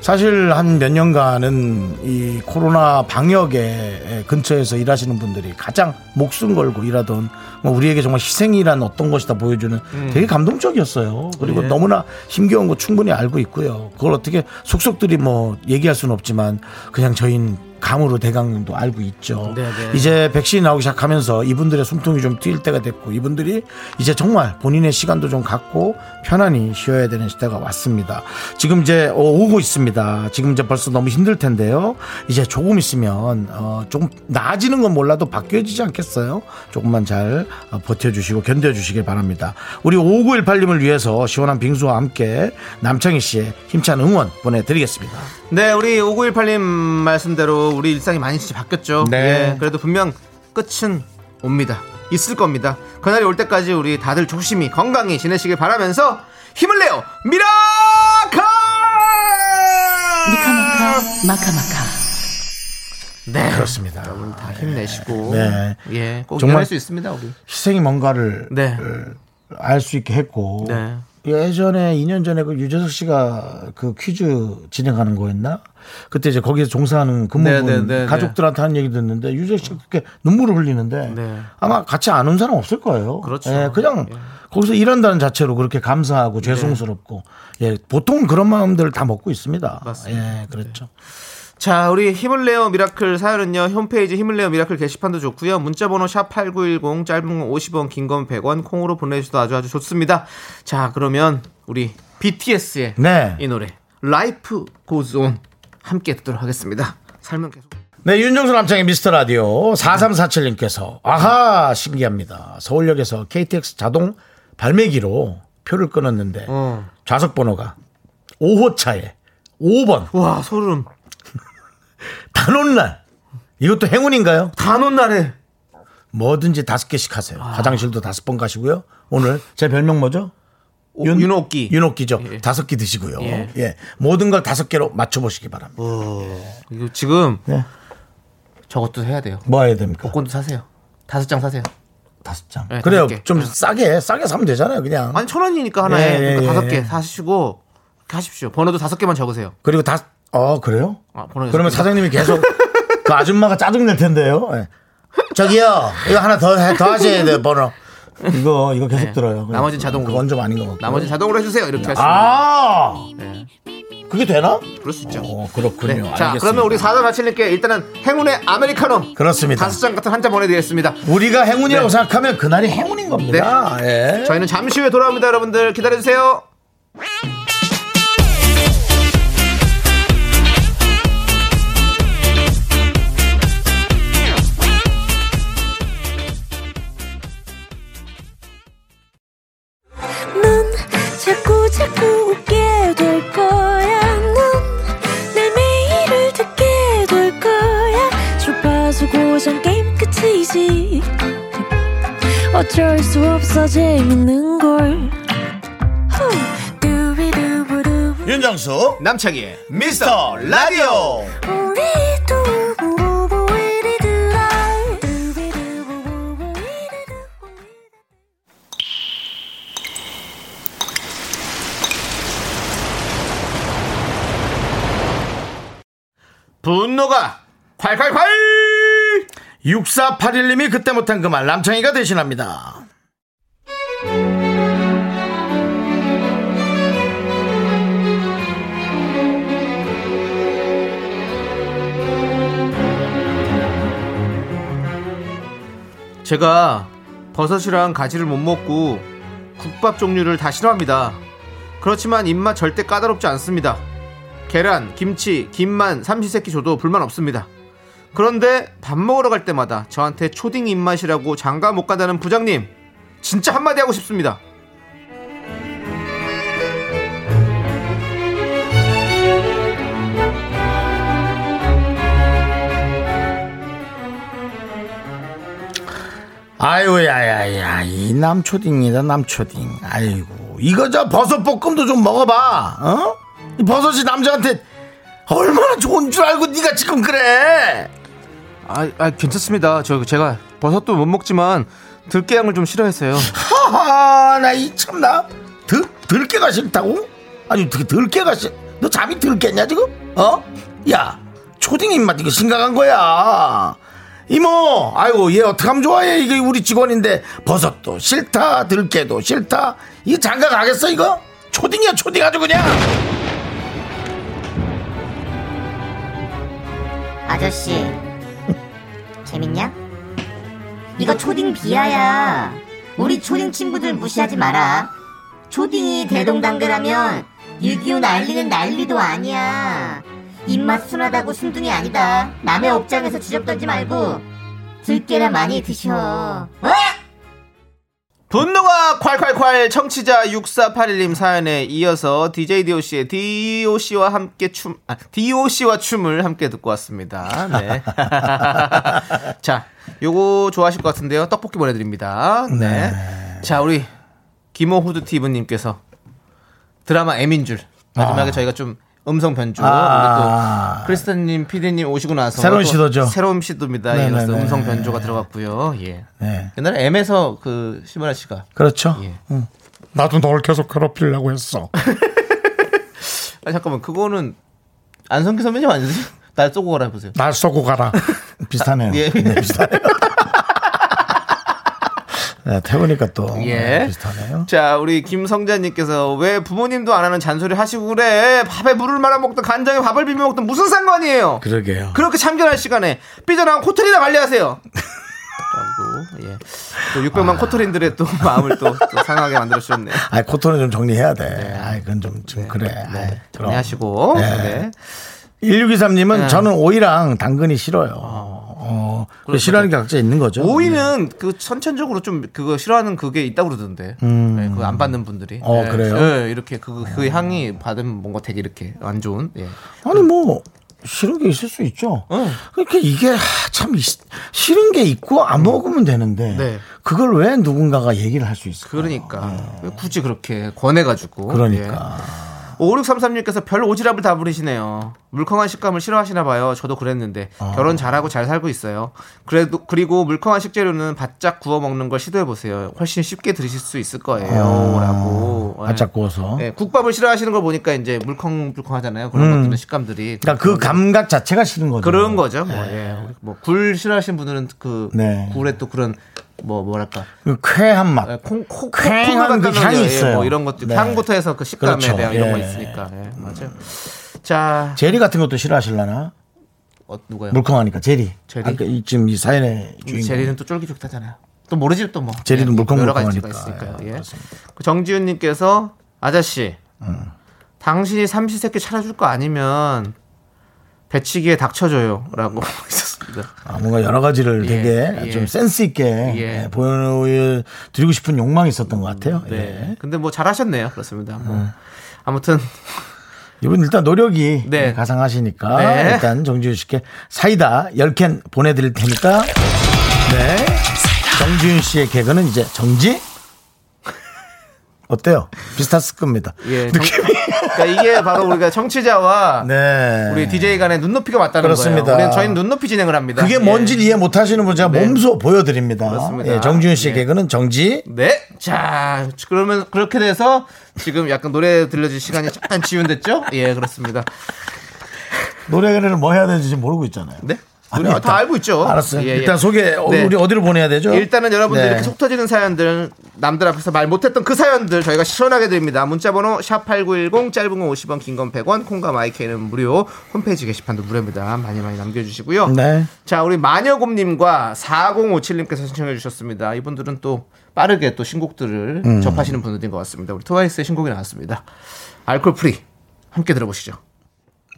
[SPEAKER 1] 사실 한 몇 년간은 이 코로나 방역에 근처에서 일하시는 분들이 가장 목숨 걸고 일하던 뭐 우리에게 정말 희생이란 어떤 것이다 보여주는 되게 감동적이었어요. 그리고 너무나 힘겨운 거 충분히 알고 있고요. 그걸 어떻게 속속들이 뭐 얘기할 수는 없지만 그냥 저희는 감으로 대강도 알고 있죠.
[SPEAKER 2] 네네.
[SPEAKER 1] 이제 백신이 나오기 시작하면서 이분들의 숨통이 좀 트일 때가 됐고 이분들이 이제 정말 본인의 시간도 좀 갖고 편안히 쉬어야 되는 시대가 왔습니다. 지금 이제 어, 오고 있습니다. 지금 이제 벌써 너무 힘들 텐데요. 이제 조금 있으면 어, 조금 나아지는 건 몰라도 바뀌어지지 않겠어요? 조금만 잘 어, 버텨주시고 견뎌주시길 바랍니다. 우리 5918님을 위해서 시원한 빙수와 함께 남창희 씨의 힘찬 응원 보내드리겠습니다.
[SPEAKER 2] 네, 우리 5918님 말씀대로 우리 일상이 많이 진짜 바뀌었죠.
[SPEAKER 1] 네.
[SPEAKER 2] 예, 그래도 분명 끝은 옵니다. 있을 겁니다. 그날이 올 때까지 우리 다들 조심히 건강히 지내시길 바라면서 힘을 내요! 미라카!
[SPEAKER 3] 마카마카
[SPEAKER 2] 네.
[SPEAKER 1] 그렇습니다.
[SPEAKER 2] 다 힘내시고.
[SPEAKER 1] 네.
[SPEAKER 2] 예, 꼭
[SPEAKER 1] 정말-
[SPEAKER 2] 정말 수 있습니다, 우리.
[SPEAKER 1] 희생이 뭔가를
[SPEAKER 2] 네.
[SPEAKER 1] 알 수 있게 했고
[SPEAKER 2] 네.
[SPEAKER 1] 예전에 2년 전에 그 유재석 씨가 그 퀴즈 진행하는 거였나? 그때 이제 거기서 종사하는 근무분
[SPEAKER 2] 네, 네, 네, 네.
[SPEAKER 1] 가족들한테 하는 얘기 듣는데 유재석 씨가 그렇게 눈물을 흘리는데
[SPEAKER 2] 네.
[SPEAKER 1] 아마 같이 안 온 사람 없을 거예요.
[SPEAKER 2] 그렇죠.
[SPEAKER 1] 예, 그냥 거기서 일한다는 자체로 그렇게 감사하고 죄송스럽고 예, 보통 그런 마음들을 다 먹고 있습니다.
[SPEAKER 2] 네. 맞습니다.
[SPEAKER 1] 예, 그렇죠.
[SPEAKER 2] 자, 우리 힘을 내요 미라클 사연은요. 홈페이지 힘을 내요 미라클 게시판도 좋고요. 문자 번호 샵 8910 짧은 건 50원, 긴 건 100원 콩으로 보내 주셔도 아주 아주 좋습니다. 자, 그러면 우리 BTS의
[SPEAKER 1] 네.
[SPEAKER 2] 이 노래 Life Goes On 함께 듣도록 하겠습니다. 삶은 계속
[SPEAKER 1] 네, 윤정수 남창의 미스터 라디오 4347님께서 아하 신기합니다. 서울역에서 KTX 자동 발매기로 표를 끊었는데
[SPEAKER 2] 어.
[SPEAKER 1] 좌석 번호가 5호 차에 5번
[SPEAKER 2] 와, 소름.
[SPEAKER 1] 단오날 이것도 행운인가요?
[SPEAKER 2] 단온 날에 아.
[SPEAKER 1] 뭐든지 다섯 개씩 하세요. 화장실도 다섯 번 가시고요. 오늘 제 별명 뭐죠?
[SPEAKER 2] 오- 윤옥기.
[SPEAKER 1] 윤옥기죠.
[SPEAKER 2] 예.
[SPEAKER 1] 다섯 끼 드시고요. 예.
[SPEAKER 2] 예.
[SPEAKER 1] 모든 걸 다섯 개로 맞춰보시기 바랍니다.
[SPEAKER 2] 이거 지금
[SPEAKER 1] 네.
[SPEAKER 2] 저것도 해야 돼요.
[SPEAKER 1] 뭐 해야 됩니까?
[SPEAKER 2] 복권도 사세요. 다섯 장 사세요.
[SPEAKER 1] 다섯 장.
[SPEAKER 2] 네,
[SPEAKER 1] 그래요.
[SPEAKER 2] 다섯 개.
[SPEAKER 1] 좀
[SPEAKER 2] 네.
[SPEAKER 1] 싸게, 싸게 사면 되잖아요. 그냥.
[SPEAKER 2] 아니 천 원이니까
[SPEAKER 1] 예,
[SPEAKER 2] 하나에
[SPEAKER 1] 예,
[SPEAKER 2] 그러니까
[SPEAKER 1] 예,
[SPEAKER 2] 다섯
[SPEAKER 1] 예.
[SPEAKER 2] 개 사시고 그렇게 하십시오. 번호도 다섯 개만 적으세요.
[SPEAKER 1] 그리고 다, 어, 그래요?
[SPEAKER 2] 아, 번호
[SPEAKER 1] 그러면
[SPEAKER 2] 여섯
[SPEAKER 1] 사장님이 계속 그 아줌마가 짜증낼 텐데요. 예. 저기요, 이거 하나 더, 해- 더 하셔야 돼요, 번호. 이거, 이거 계속
[SPEAKER 2] 네.
[SPEAKER 1] 들어요. 예.
[SPEAKER 2] 나머지는 자동으로.
[SPEAKER 1] 그건 좀 아닌 것 같고.
[SPEAKER 2] 나머지 는 자동으로 해주세요. 이렇게 하시면
[SPEAKER 1] 네. 음. 아!
[SPEAKER 2] 네.
[SPEAKER 1] 그게 되나?
[SPEAKER 2] 그럴 수 있죠.
[SPEAKER 1] 어,
[SPEAKER 2] 네.
[SPEAKER 1] 그렇군요.
[SPEAKER 2] 자,
[SPEAKER 1] 알겠습니다.
[SPEAKER 2] 그러면 우리 4단 7님께 일단은 행운의 아메리카노
[SPEAKER 1] 그렇습니다.
[SPEAKER 2] 다섯 장 같은 한 잔 보내드리겠습니다.
[SPEAKER 1] 우리가 행운이라고 생각하면 그날이 행운인 겁니다. 예.
[SPEAKER 2] 네. 저희는 잠시 후에 돌아옵니다, 여러분들. 기다려주세요.
[SPEAKER 3] 넌 자꾸 자꾸 웃게 될 거야. 넌내 매일을 듣게 될 거야. 주파수 고정 게임 끝이지. 어쩔 수 없어 재밌는 걸. 후. 두비두부두.
[SPEAKER 1] 윤정수,
[SPEAKER 2] 남창희의
[SPEAKER 1] 미스터 라디오.
[SPEAKER 3] 우리 두부부부 우리 두라. 두비두부부부 우리 두부부.
[SPEAKER 2] 분노가 콸콸콸!
[SPEAKER 1] 6481님이 그때 못한 그 말 남창희가 대신합니다.
[SPEAKER 2] 제가 버섯이랑 가지를 못 먹고 국밥 종류를 다 싫어합니다. 그렇지만 입맛 절대 까다롭지 않습니다. 계란, 김치, 김만, 삼시세끼 줘도 불만 없습니다. 그런데 밥 먹으러 갈 때마다 저한테 초딩 입맛이라고 장가 못 간다는 부장님, 진짜 한마디 하고 싶습니다.
[SPEAKER 1] 아유, 야야야, 이 남초딩이다, 남초딩. 아이고, 이거 저 버섯 볶음도 좀 먹어봐. 어? 이 버섯이 남자한테 얼마나 좋은 줄 알고 네가 지금 그래.
[SPEAKER 2] 아, 아, 괜찮습니다. 저 제가 버섯도 못 먹지만 들깨향을 좀 싫어했어요.
[SPEAKER 1] 하하, 나 이 참나. 들 들깨가 싫다고? 아니, 들, 들깨가 싫. 너 잠이 들겠냐 지금? 어? 야, 초딩 입맛 이거 심각한 거야. 이모, 아이고 얘 어떡하면 좋아해? 이게 우리 직원인데 버섯도 싫다, 들깨도 싫다. 이 장가 가겠어 이거? 초딩이야 초딩 아주 그냥.
[SPEAKER 4] 아저씨 재밌냐? 이거 초딩 비하야 우리 초딩 친구들 무시하지 마라 초딩이 대동단결하면 6.25 난리는 난리도 아니야 입맛 순하다고 순둥이 아니다 남의 업장에서 주접 던지 말고 들깨나 많이 드셔 어?
[SPEAKER 2] 분노가 콸콸콸 청취자 6481님 사연에 이어서 DJ DOC의 DOC와 함께 춤, 아, DOC와 춤을 함께 듣고 왔습니다. 네. [LAUGHS] 자, 요거 좋아하실 것 같은데요. 떡볶이 보내드립니다. 네. 자, 우리 김호 후드티브님께서 드라마 M인 줄. 마지막에 저희가 좀 음성 변주.
[SPEAKER 1] 아.
[SPEAKER 2] 근데 또 크리스탄님, 피디님 오시고 나서
[SPEAKER 1] 새로운
[SPEAKER 2] 또
[SPEAKER 1] 시도죠.
[SPEAKER 2] 새로운 시도입니다. 예,
[SPEAKER 1] 네네네.
[SPEAKER 2] 그래서 음성 변조가 들어갔고요. 예.
[SPEAKER 1] 네.
[SPEAKER 2] 옛날에 M에서 그 심은하 씨가
[SPEAKER 1] 그렇죠.
[SPEAKER 2] 예.
[SPEAKER 1] 나도 널 계속 괴롭히려고 했어.
[SPEAKER 2] 아 잠깐만 그거는 안성기 선배님 아니세요? [LAUGHS] 날 쏘고 가라 해보세요.
[SPEAKER 1] 날 쏘고 가라. [LAUGHS] 비슷하네요.
[SPEAKER 2] 예.
[SPEAKER 1] 네,
[SPEAKER 2] [LAUGHS]
[SPEAKER 1] 비슷하네요. 네, 태우니까 또
[SPEAKER 2] 예.
[SPEAKER 1] 비슷하네요.
[SPEAKER 2] 자 우리 김성자님께서 왜 부모님도 안 하는 잔소리 하시고 그래? 밥에 물을 말아 먹든 간장에 밥을 비벼 먹든 무슨 상관이에요?
[SPEAKER 1] 그러게요.
[SPEAKER 2] 그렇게 참견할 시간에 삐져나온 코털이나 관리하세요. 라고, 예. 또 600만 코털인들의 또 마음을 또, 또 상하게 만들어주셨네요.
[SPEAKER 1] 아이 코토는 좀 정리해야 돼.
[SPEAKER 2] 네.
[SPEAKER 1] 아이 그건 좀, 좀 그래. 아이, 그럼.
[SPEAKER 2] 안녕하시고.
[SPEAKER 1] 네.
[SPEAKER 2] 네.
[SPEAKER 1] 1623님은 저는 오이랑 당근이 싫어요. 어, 그 싫어하는 게 각자 있는 거죠.
[SPEAKER 2] 오이는 그 선천적으로 좀 그거 싫어하는 그게 있다고 그러던데. 네, 그거 안 받는 분들이.
[SPEAKER 1] 음. 어,
[SPEAKER 2] 네.
[SPEAKER 1] 그래요? 어.
[SPEAKER 2] 네, 이렇게 그, 그 향이 받으면 뭔가 되게 이렇게 안 좋은. 예.
[SPEAKER 1] 아니 뭐 싫은 게 있을 수 있죠.
[SPEAKER 2] 응.
[SPEAKER 1] 그러니까 이게 하, 참 이- 싫은 게 있고 안 먹으면 되는데
[SPEAKER 2] 네.
[SPEAKER 1] 그걸 왜 누군가가 얘기를 할 수 있을까?
[SPEAKER 2] 그러니까 어, 왜 굳이 그렇게 권해가지고
[SPEAKER 1] 어.
[SPEAKER 2] 예.
[SPEAKER 1] 그러니까.
[SPEAKER 2] 5633님께서 별 오지랖을 다 부리시네요. 물컹한 식감을 싫어하시나 봐요. 저도 그랬는데
[SPEAKER 1] 어.
[SPEAKER 2] 결혼 잘하고 잘 살고 있어요. 그래도 그리고 물컹한 식재료는 바짝 구워 먹는 걸 시도해 보세요. 훨씬 쉽게 드실 수 있을 거예요라고. 예.
[SPEAKER 1] 어. 바짝 구워서.
[SPEAKER 2] 예, 국밥을 싫어하시는 걸 보니까 이제 물컹물컹하잖아요. 그런 것들은 식감들이.
[SPEAKER 1] 음. 그러니까 그 감각 자체가 싫은 거죠.
[SPEAKER 2] 그런 거죠. 뭐, 예. 뭐굴 싫어하시는 분들은 그
[SPEAKER 1] 네.
[SPEAKER 2] 굴에 또 그런 뭐 뭐랄까 아,
[SPEAKER 1] 그 쾌한
[SPEAKER 2] 네.
[SPEAKER 1] 맛.
[SPEAKER 2] 콩콩
[SPEAKER 1] 쾌한 그 향이 있어요.
[SPEAKER 2] 뭐 이런 것도
[SPEAKER 1] 네.
[SPEAKER 2] 향부터 해서 그 식감에
[SPEAKER 1] 그렇죠.
[SPEAKER 2] 대한 이런 거
[SPEAKER 1] 예.
[SPEAKER 2] 있으니까. 예, 맞아요. 자,
[SPEAKER 1] 제리 같은 것도 싫어하실라나?
[SPEAKER 2] 어, 누가요?
[SPEAKER 1] 물컹하니까 제리.
[SPEAKER 2] 제리? 음,
[SPEAKER 1] 아까 그러니까 이- 지금 이 사연의 주인공.
[SPEAKER 2] 제리는 또 쫄깃쫄깃하잖아요. 또 모르지 또 뭐.
[SPEAKER 1] 제리도
[SPEAKER 2] 예,
[SPEAKER 1] 물컹물컹하니까.
[SPEAKER 2] 여러 가지가 있으니까요. 예. 그 정지윤님께서 아저씨, 당신이 삼시세끼 차려줄 거 아니면 배치기에 닥쳐줘요라고 [LAUGHS] 있었습니다.
[SPEAKER 1] 아, 뭔가 여러 가지를
[SPEAKER 2] 예,
[SPEAKER 1] 되게
[SPEAKER 2] 예.
[SPEAKER 1] 좀 센스 있게
[SPEAKER 2] 예.
[SPEAKER 1] 예, 보여드리고 싶은 욕망이 있었던 것 같아요.
[SPEAKER 2] 네.
[SPEAKER 1] 예.
[SPEAKER 2] 근데 뭐 잘하셨네요. 그렇습니다. 뭐. 아무튼
[SPEAKER 1] 이분 일단 노력이
[SPEAKER 2] 네.
[SPEAKER 1] 가상하시니까
[SPEAKER 2] 네.
[SPEAKER 1] 일단 정지윤 씨께 사이다 10캔 보내드릴 테니까 네. 정지윤 씨의 개그는 이제 정지? 어때요? 비슷했을 겁니다.
[SPEAKER 2] 예. 정-
[SPEAKER 1] 느낌이.
[SPEAKER 2] 그러니까 이게 바로 우리가 청취자와
[SPEAKER 1] 네.
[SPEAKER 2] 우리 DJ 간의 눈높이가 맞다는
[SPEAKER 1] 그렇습니다.
[SPEAKER 2] 거예요. 우리는 저희는 눈높이 진행을 합니다.
[SPEAKER 1] 그게
[SPEAKER 2] 예. 네.
[SPEAKER 1] 뭔지 이해 못 하시는 분 제가 몸소 보여드립니다.
[SPEAKER 2] 그렇습니다.
[SPEAKER 1] 예, 정지윤 씨의
[SPEAKER 2] 예.
[SPEAKER 1] 개그는 정지.
[SPEAKER 2] 네. 자, 그러면 그렇게 돼서 지금 약간 노래 들려줄 시간이 잠깐 지운됐죠? 예, 그렇습니다.
[SPEAKER 1] 노래를 뭐 해야 되는지 지금 모르고 있잖아요.
[SPEAKER 2] 네.
[SPEAKER 1] 아니,
[SPEAKER 2] 우리 다
[SPEAKER 1] 일단-
[SPEAKER 2] 알고 있죠.
[SPEAKER 1] 알았어요.
[SPEAKER 2] 예, 예.
[SPEAKER 1] 일단 소개 어,
[SPEAKER 2] 네.
[SPEAKER 1] 우리 어디로 보내야 되죠?
[SPEAKER 2] 일단은 여러분들
[SPEAKER 1] 네.
[SPEAKER 2] 이렇게 속 터지는 사연들 남들 앞에서 말 못했던 그 사연들 저희가 시원하게 드립니다 문자번호 샵8910 짧은 건 50원 긴 건 100원 콩과 마이크는 무료 홈페이지 게시판도 무료입니다 많이 많이 남겨주시고요
[SPEAKER 1] 네.
[SPEAKER 2] 자 우리 마녀곰님과 4057님께서 신청해 주셨습니다 이분들은 또 빠르게 또 신곡들을
[SPEAKER 1] 음.
[SPEAKER 2] 접하시는 분들인 것 같습니다 우리 트와이스의 신곡이 나왔습니다 알콜 프리 함께 들어보시죠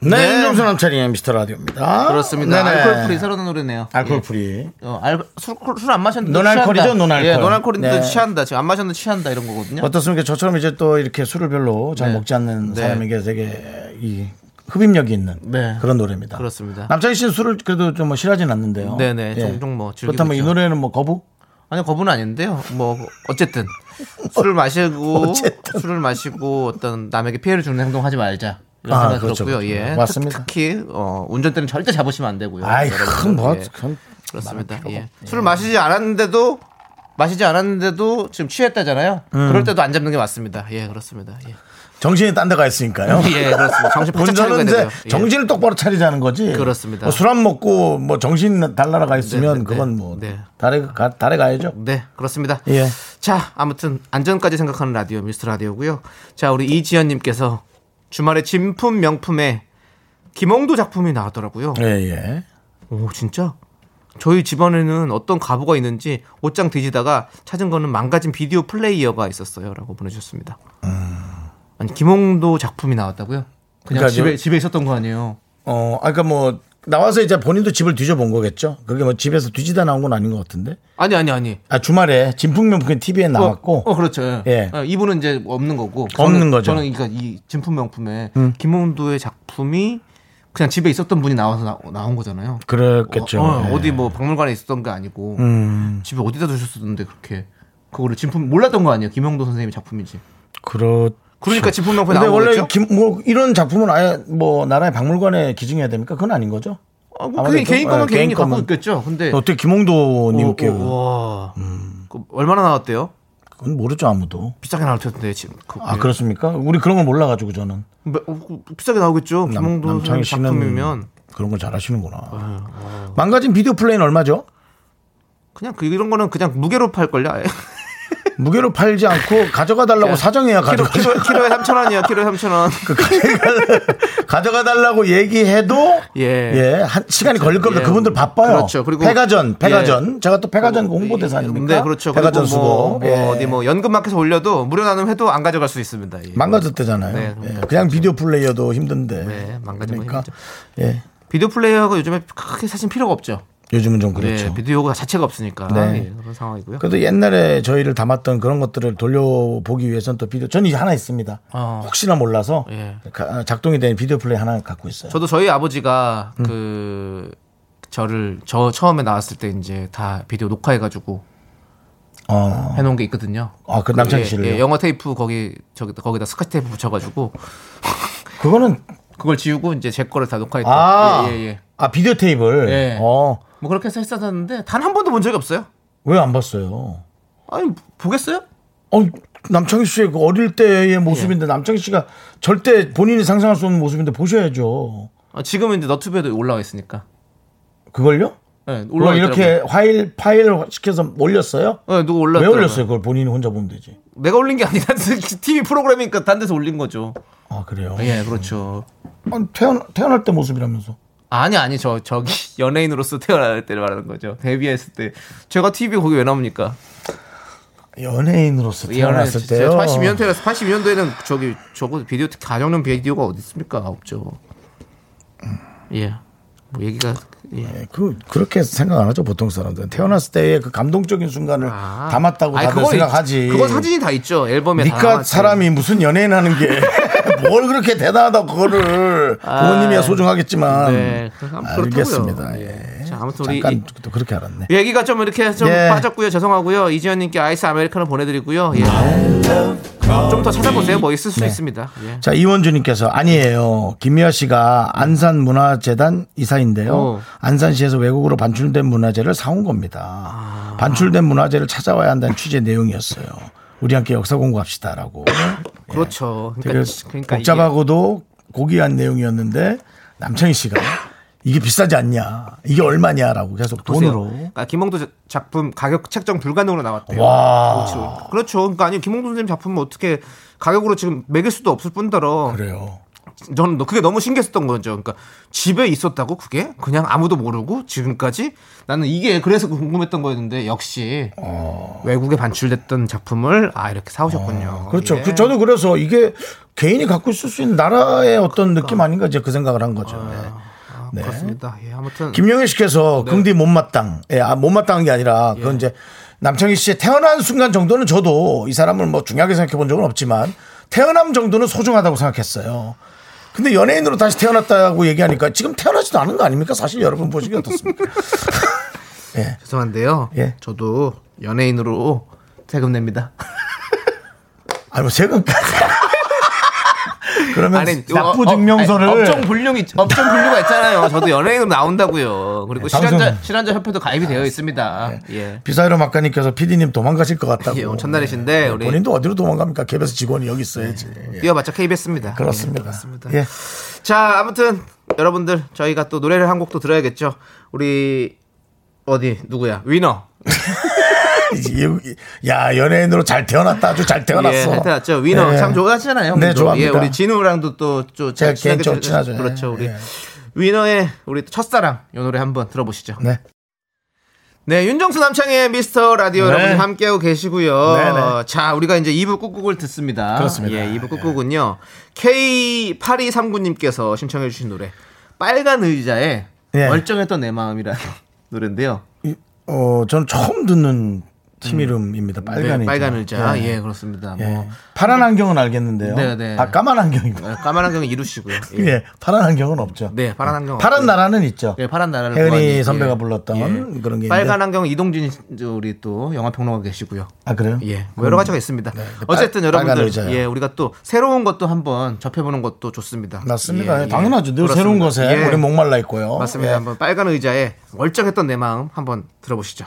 [SPEAKER 1] 네,
[SPEAKER 2] 네.
[SPEAKER 1] 윤정수 남창희의 미스터 라디오입니다.
[SPEAKER 2] 그렇습니다
[SPEAKER 1] 네네.
[SPEAKER 2] 알콜 프리 새로운 노래네요
[SPEAKER 1] 알콜
[SPEAKER 2] 예.
[SPEAKER 1] 프리.
[SPEAKER 2] 어, 알, 술, 술 안 마셨는데.
[SPEAKER 1] 논알콜이죠,
[SPEAKER 2] 취한다.
[SPEAKER 1] 논알콜.
[SPEAKER 2] 예, 논알콜인데
[SPEAKER 1] 네.
[SPEAKER 2] 취한다. 지금 안 마셨는데 취한다 이런 거거든요.
[SPEAKER 1] 어떻습니까? 저처럼 이제 또 이렇게 술을 별로 잘
[SPEAKER 2] 네.
[SPEAKER 1] 먹지 않는
[SPEAKER 2] 네.
[SPEAKER 1] 사람에게 되게 이 흡입력이 있는
[SPEAKER 2] 네.
[SPEAKER 1] 그런 노래입니다.
[SPEAKER 2] 그렇습니다.
[SPEAKER 1] 남창희 씨는 술을 그래도 좀뭐 싫어하진 않는데요. 예.
[SPEAKER 2] 네네, 종종 뭐 즐기고
[SPEAKER 1] 그렇다면 이
[SPEAKER 2] 있죠.
[SPEAKER 1] 노래는 뭐 거부?
[SPEAKER 2] 아니, 거부는 아닌데요. 뭐, 어쨌든. 술을 마시고,
[SPEAKER 1] [LAUGHS] 어쨌든.
[SPEAKER 2] 술을 마시고 어떤 남에게 피해를 주는 행동하지 말자. 이런
[SPEAKER 1] 아,
[SPEAKER 2] 생각이
[SPEAKER 1] 그렇죠,
[SPEAKER 2] 들었고요.
[SPEAKER 1] 그렇죠.
[SPEAKER 2] 예. 특-
[SPEAKER 1] 맞습니다.
[SPEAKER 2] 특히, 어, 운전대는 절대 잡으시면 안 되고요.
[SPEAKER 1] 아이,
[SPEAKER 2] 네, 여러분들.
[SPEAKER 1] 큰 뭐,
[SPEAKER 2] 예.
[SPEAKER 1] 큰
[SPEAKER 2] 그렇습니다. 예. 술을
[SPEAKER 1] 뭐.
[SPEAKER 2] 마시지 않았는데도 마시지 않았는데도 지금 취했다잖아요.
[SPEAKER 1] 음.
[SPEAKER 2] 그럴 때도 안 잡는 게 맞습니다. 예, 그렇습니다.
[SPEAKER 1] [LAUGHS]
[SPEAKER 2] 예,
[SPEAKER 1] 정신이 딴 데 가 있으니까요.
[SPEAKER 2] [LAUGHS] 예 그렇습니다. 정신 바짝 차려야
[SPEAKER 1] 운전은 이제
[SPEAKER 2] 돼요. 예.
[SPEAKER 1] 정신을 똑바로 차리자는 거지.
[SPEAKER 2] 그렇습니다.
[SPEAKER 1] 술 안 먹고 뭐 정신 달나라 가 있으면
[SPEAKER 2] 네, 네,
[SPEAKER 1] 그건
[SPEAKER 2] 네.
[SPEAKER 1] 뭐
[SPEAKER 2] 네.
[SPEAKER 1] 달에 가, 달에 가야죠.
[SPEAKER 2] 네, 그렇습니다.
[SPEAKER 1] 예.
[SPEAKER 2] 자, 아무튼 안전까지 생각하는 라디오 미스터 라디오고요. 자, 우리 이지연 님께서 주말에 진품 명품에 김홍도 작품이 나왔더라고요.
[SPEAKER 1] 예, 예.
[SPEAKER 2] 오, 진짜? 저희 집안에는 어떤 가구가 있는지 옷장 뒤지다가 찾은 거는 망가진 비디오 플레이어가 있었어요라고 보내주셨습니다. 아니 김홍도 작품이 나왔다고요? 그냥
[SPEAKER 1] 음. 그러니까
[SPEAKER 2] 집에
[SPEAKER 1] 요-
[SPEAKER 2] 집에 있었던 거 아니에요?
[SPEAKER 1] 어, 아까 뭐 나와서 이제 본인도 집을 뒤져본 거겠죠. 그게 뭐 집에서 뒤지다 나온 건 아닌 것 같은데.
[SPEAKER 2] 아니 아니 아니.
[SPEAKER 1] 아 주말에 진풍명품 TV에 나왔고
[SPEAKER 2] 어, 어, 그렇죠. 예.
[SPEAKER 1] 예.
[SPEAKER 2] 어, 이분은 이제 없는 거고.
[SPEAKER 1] 없는 거죠. 음.
[SPEAKER 2] 저는 그러니까 이 진품 명품에 김홍도의 작품이 그냥 집에 있었던 분이 나와서 나, 온 거잖아요.
[SPEAKER 1] 그렇겠죠. 예. 음.
[SPEAKER 2] 어, 디뭐 박물관에 있었던 게 아니고 집에 어디다 두셨었는데 그렇게 그거를 진품 몰랐던 거 아니에요? 김홍도 선생님의 작품인지.
[SPEAKER 1] 그렇.
[SPEAKER 2] 그러니까 진품 명품에
[SPEAKER 1] 근데
[SPEAKER 2] 나온
[SPEAKER 1] 원래
[SPEAKER 2] 거죠.
[SPEAKER 1] 김- 뭐 이런 작품은 아예 뭐 나라의 박물관에 기증해야 됩니까? 그건 아닌 거죠.
[SPEAKER 2] 아, 뭐
[SPEAKER 1] 아무래도,
[SPEAKER 2] 개인 개인 거면
[SPEAKER 1] 예, 개인
[SPEAKER 2] 개인이 갖고
[SPEAKER 1] 거면.
[SPEAKER 2] 있겠죠. 근데
[SPEAKER 1] 어떻게 김홍도님께
[SPEAKER 2] 오, 오, 와.
[SPEAKER 1] 음.
[SPEAKER 2] 그 얼마나 나왔대요?
[SPEAKER 1] 그건 모르죠 아무도.
[SPEAKER 2] 비싸게 나올 텐데 지금. 그-
[SPEAKER 1] 아 그렇습니까? 우리 그런 걸 몰라가지고 저는
[SPEAKER 2] 매- 어, 비싸게 나오겠죠.
[SPEAKER 1] 남-
[SPEAKER 2] 김홍도
[SPEAKER 1] 남창희
[SPEAKER 2] 선생님
[SPEAKER 1] 씨는
[SPEAKER 2] 작품이면 어,
[SPEAKER 1] 그런 걸 잘하시는구나. 망가진 비디오 플레이는 얼마죠?
[SPEAKER 2] 그냥 그 이런 거는 그냥 무게로 팔걸요. 아예.
[SPEAKER 1] 무게로 팔지 않고 가져가 달라고 사정해야
[SPEAKER 2] 키로,
[SPEAKER 1] 가져가.
[SPEAKER 2] 키로, 키로에 3천 원이야. 키로에 3천 원.
[SPEAKER 1] 가져가 달라고 얘기해도
[SPEAKER 2] 예.
[SPEAKER 1] 예, 한 시간이 걸릴 겁니다.
[SPEAKER 2] 예.
[SPEAKER 1] 그분들 바빠요.
[SPEAKER 2] 그렇죠. 그리고
[SPEAKER 1] 패가전,
[SPEAKER 2] 예. 어,
[SPEAKER 1] 패가전. 제가 또 패가전 공보 대사입니까?
[SPEAKER 2] 네, 그렇죠.
[SPEAKER 1] 패가전
[SPEAKER 2] 그리고 뭐,
[SPEAKER 1] 수고.
[SPEAKER 2] 뭐
[SPEAKER 1] 예.
[SPEAKER 2] 어디 뭐 연금마켓에 올려도 무료 나눔해도 안 가져갈 수 있습니다. 예.
[SPEAKER 1] 망가졌대잖아요.
[SPEAKER 2] 네, 그러니까
[SPEAKER 1] 예, 그냥 비디오 플레이어도 힘든데.
[SPEAKER 2] 네, 망가진 거
[SPEAKER 1] 그러니까
[SPEAKER 2] 힘들죠.
[SPEAKER 1] 예,
[SPEAKER 2] 비디오 플레이어가 요즘에 크게 사실 필요가 없죠.
[SPEAKER 1] 요즘은 좀 그렇죠.
[SPEAKER 2] 예, 비디오가 자체가 없으니까
[SPEAKER 1] 네.
[SPEAKER 2] 예, 그런 상황이고요.
[SPEAKER 1] 그래도 옛날에 저희를 담았던 그런 것들을 돌려보기 위해서는 또 비디오 저는 이제 하나 있습니다.
[SPEAKER 2] 어.
[SPEAKER 1] 혹시나 몰라서
[SPEAKER 2] 예.
[SPEAKER 1] 가- 아, 작동이 되는 비디오 플레이 하나 갖고 있어요.
[SPEAKER 2] 저도 저희 아버지가
[SPEAKER 1] 음.
[SPEAKER 2] 그 저를 저 처음에 나왔을 때 이제 다 비디오 녹화해가지고
[SPEAKER 1] 어.
[SPEAKER 2] 해놓은 게 있거든요.
[SPEAKER 1] 아, 그
[SPEAKER 2] 그,
[SPEAKER 1] 남창희
[SPEAKER 2] 예,
[SPEAKER 1] 씨를요?
[SPEAKER 2] 예, 영어 테이프 거기 저기 거기다 스카치 테이프 붙여가지고
[SPEAKER 1] 그거는
[SPEAKER 2] 그걸 지우고 이제 제 거를 다 녹화했던.
[SPEAKER 1] 아,
[SPEAKER 2] 예, 예, 예.
[SPEAKER 1] 아 비디오 테이블.
[SPEAKER 2] 예.
[SPEAKER 1] 어.
[SPEAKER 2] 뭐 그렇게 해서 했었는데 단 한 번도 본 적이 없어요.
[SPEAKER 1] 왜 안 봤어요?
[SPEAKER 2] 아니 보겠어요?
[SPEAKER 1] 어, 남창희 씨의 그 어릴 때의 모습인데
[SPEAKER 2] 예.
[SPEAKER 1] 남창희 씨가 절대 본인이 상상할 수 없는 모습인데 보셔야죠.
[SPEAKER 2] 아, 지금은 이제 너튜브에도 올라와 있으니까.
[SPEAKER 1] 그걸요?
[SPEAKER 2] 예,
[SPEAKER 1] 그걸 어,
[SPEAKER 2] 올라와
[SPEAKER 1] 이렇게 파일 파일 시켜서 올렸어요?
[SPEAKER 2] 있더라고요. 예, 누구
[SPEAKER 1] 왜
[SPEAKER 2] 올랐어요?
[SPEAKER 1] 올렸어요? 그걸 본인이 혼자 보면 되지.
[SPEAKER 2] 내가 올린 게 아니라 [LAUGHS] TV 프로그램이니까 딴 데서 올린 거죠.
[SPEAKER 1] 아 그래요?
[SPEAKER 2] 예, 그렇죠.
[SPEAKER 1] 아, 태어나, 태어날 때 모습이라면서.
[SPEAKER 2] 아니 아니 저 저기 [LAUGHS] 연예인으로서 태어날 때를 말하는 거죠. 데뷔했을 때 제가 TV 거기 왜 나옵니까?
[SPEAKER 1] 연예인으로서 태어났을
[SPEAKER 2] 연예인,
[SPEAKER 1] 때요.
[SPEAKER 2] 제가 82년도에서 82년도에는 저기 저거 비디오 가정용 비디오가 어디 있습니까? 없죠. 예. 뭐 얘기가 예.
[SPEAKER 1] 예, 그 그렇게 생각 안 하죠 보통 사람들은 태어났을 때의 그 감동적인 순간을
[SPEAKER 2] 아.
[SPEAKER 1] 담았다고
[SPEAKER 2] 아니,
[SPEAKER 1] 다들
[SPEAKER 2] 그건
[SPEAKER 1] 생각하지.
[SPEAKER 2] 있- 그건 사진이 다 있죠. 앨범에 다
[SPEAKER 1] 니까
[SPEAKER 2] 남았죠.
[SPEAKER 1] 사람이 무슨 연예인 하는 게 [LAUGHS] 뭘 그렇게 대단하다 그거를 부모님이야 소중하겠지만
[SPEAKER 2] 아. 네, 그렇다고요.
[SPEAKER 1] 알겠습니다. 예.
[SPEAKER 2] 자, 아무튼 우리
[SPEAKER 1] 잠깐 또 그렇게 알았네.
[SPEAKER 2] 얘기가 좀 이렇게 좀
[SPEAKER 1] 예.
[SPEAKER 2] 빠졌고요. 죄송하고요. 이지현님께 아이스 아메리카노 보내드리고요. 예. 좀 더 찾아보세요. 뭐 있을 수 있습니다. 예.
[SPEAKER 1] 네. 자 이원주님께서 아니에요. 김미아 씨가 안산 문화재단 이사인데요.
[SPEAKER 2] 어.
[SPEAKER 1] 안산시에서 외국으로 반출된 문화재를 사온 겁니다.
[SPEAKER 2] 아.
[SPEAKER 1] 반출된 문화재를 찾아와야 한다는 취재 내용이었어요. 우리 함께 역사 공부합시다라고.
[SPEAKER 2] [LAUGHS] 그렇죠.
[SPEAKER 1] 예. 되게
[SPEAKER 2] 그러니까, 그러니까
[SPEAKER 1] 복잡하고도 고귀한 내용이었는데 남창희 씨가 이게 비싸지 않냐, 이게 얼마냐라고 계속
[SPEAKER 2] 보세요.
[SPEAKER 1] 돈으로.
[SPEAKER 2] 그러니까 김홍도 자- 작품 가격 책정 불가능으로 나왔대요.
[SPEAKER 1] 와.
[SPEAKER 2] 그렇죠. 그렇죠. 그러니까 아니 김홍도 선생님 작품은 어떻게 가격으로 지금 매길 수도 없을 뿐더러
[SPEAKER 1] 그래요.
[SPEAKER 2] 저는 그게 너무 신기했었던 거죠. 그러니까 집에 있었다고 그게 그냥 아무도 모르고 지금까지 나는 이게 그래서 궁금했던 거였는데 역시 외국에 반출됐던 작품을 아 이렇게 사오셨군요.
[SPEAKER 1] 어. 그렇죠.
[SPEAKER 2] 예.
[SPEAKER 1] 그 저도 그래서 이게 개인이 갖고 있을 수 있는 나라의 어떤 느낌 아닌가 이제 그 생각을 한 거죠. 네.
[SPEAKER 2] 아, 그렇습니다. 예, 아무튼
[SPEAKER 1] 김영애 씨께서 긍디 못마땅, 예, 아, 못마땅한 게 아니라 그건 이제 남창희 씨의 태어난 순간 정도는 저도 이 사람을 뭐 중요하게 생각해 본 적은 없지만 태어남 정도는 소중하다고 생각했어요. 근데 연예인으로 다시 태어났다고 얘기하니까 지금 태어나지도 않은 거 아닙니까? 사실 여러분 보시기 어떻습니까?
[SPEAKER 2] 죄송한데요.
[SPEAKER 1] 예.
[SPEAKER 2] 저도 연예인으로 세금 냅니다.
[SPEAKER 1] 아니 뭐 [LAUGHS] 세금까지. 그러면 납부
[SPEAKER 2] 어, 어,
[SPEAKER 1] 증명서를
[SPEAKER 2] 아니, 업종
[SPEAKER 1] [LAUGHS]
[SPEAKER 2] 분류이 업종 분류가 있잖아요. 저도 연예인으로 나온다고요. 그리고
[SPEAKER 1] 네, 방송- 네.
[SPEAKER 2] 실현자 실현자 협회도 가입이 되어 있습니다. 예.
[SPEAKER 1] 비사이로 막가님께서 PD님 도망가실 것 같다고.
[SPEAKER 2] 예, 엄청나리신데
[SPEAKER 1] 예,
[SPEAKER 2] 우리-
[SPEAKER 1] 본인도 어디로 도망갑니까? KBS 직원이 여기 있어야지. 예,
[SPEAKER 2] 뛰어봤자 KBS입니다.
[SPEAKER 1] 그렇습니다. 예.
[SPEAKER 2] 자, 아무튼 여러분들 저희가 또 노래를 한 곡도 들어야겠죠. 우리 어디 누구야? 위너.
[SPEAKER 1] 이- 야 연예인으로 잘 태어났다 아주 잘 태어났어.
[SPEAKER 2] 예, 잘 태어났죠. 위너
[SPEAKER 1] 예.
[SPEAKER 2] 참 좋아하시잖아요.
[SPEAKER 1] 네,
[SPEAKER 2] 형님도.
[SPEAKER 1] 좋아합니다.
[SPEAKER 2] 예, 우리 진우랑도 또잘
[SPEAKER 1] 제가 개인적으로 친하죠.
[SPEAKER 2] 그렇죠.
[SPEAKER 1] 예,
[SPEAKER 2] 우리
[SPEAKER 1] 예.
[SPEAKER 2] 위너의 우리 첫사랑 이 노래 한번 들어보시죠.
[SPEAKER 1] 네.
[SPEAKER 2] 네, 윤정수 남창의 미스터 라디오
[SPEAKER 1] 네.
[SPEAKER 2] 여러분 함께하고 계시고요.
[SPEAKER 1] 네, 네.
[SPEAKER 2] 어, 자, 우리가 이제 2부 꾹꾹을 듣습니다.
[SPEAKER 1] 그렇습니다.
[SPEAKER 2] 예, 2부 꾹꾹은요. K8239님께서 신청해 주신 노래. 빨간 의자에
[SPEAKER 1] 예.
[SPEAKER 2] 멀쩡했던 내 마음이라는 [LAUGHS] 노래인데요.
[SPEAKER 1] 이- 어, 저는 처음 듣는 팀 이름입니다. 빨간
[SPEAKER 2] 음. 네,
[SPEAKER 1] 의자.
[SPEAKER 2] 빨간 의자.
[SPEAKER 1] 예.
[SPEAKER 2] 예, 그렇습니다.
[SPEAKER 1] 예.
[SPEAKER 2] 뭐
[SPEAKER 1] 파란 안경은 알겠는데요.
[SPEAKER 2] 네, 네.
[SPEAKER 1] 아 까만 안경이고.
[SPEAKER 2] 어, 까만 안경은 이루시고요. 예.
[SPEAKER 1] 예. 파란 안경은 없죠.
[SPEAKER 2] 네, 파란 안경.
[SPEAKER 1] 파란
[SPEAKER 2] 없고요.
[SPEAKER 1] 나라는 있죠.
[SPEAKER 2] 예, 파란 나라를
[SPEAKER 1] 혜은이
[SPEAKER 2] 구하니,
[SPEAKER 1] 선배가
[SPEAKER 2] 예.
[SPEAKER 1] 불렀던
[SPEAKER 2] 예.
[SPEAKER 1] 그런 게
[SPEAKER 2] 빨간
[SPEAKER 1] 있는데.
[SPEAKER 2] 안경 이동진 씨, 저 우리 또 영화 평론가 계시고요.
[SPEAKER 1] 아 그래요?
[SPEAKER 2] 예, 뭐 여러 가지가 있습니다. 어쨌든
[SPEAKER 1] 네, 그 빨- 빨간 의자요.
[SPEAKER 2] 여러분들, 예, 우리가 또 새로운 것도 한번 접해보는 것도 좋습니다.
[SPEAKER 1] 맞습니다.
[SPEAKER 2] 예,
[SPEAKER 1] 예,
[SPEAKER 2] 예.
[SPEAKER 1] 당연하죠. 늘
[SPEAKER 2] 그렇습니다.
[SPEAKER 1] 새로운 것에
[SPEAKER 2] 예,
[SPEAKER 1] 우리 목말라 있고요.
[SPEAKER 2] 맞습니다.
[SPEAKER 1] 예.
[SPEAKER 2] 한번 빨간 의자에 멀쩡했던 내 마음 한번 들어보시죠.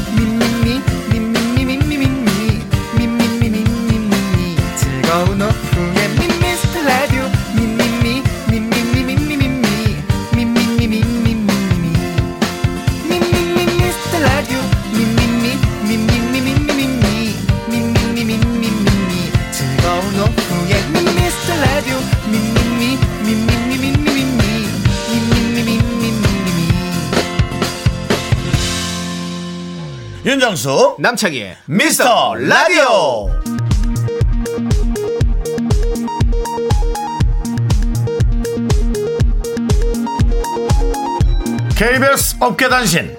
[SPEAKER 5] 미미미 미미미 미미미 미미미 미미미 즐거운 오후에 미스터 라디오 미미미 미미미 미미미 미미미 미미미 미미미 미스터 라디오 미미미 미미미 미미미 미미미 미미미 즐거운 오후에 미스터 라디오 미미미 미미미 미미미 미미미 미미미
[SPEAKER 1] 윤정수
[SPEAKER 2] 남창희의
[SPEAKER 1] 미스터 라디오. KBS 업계 단신.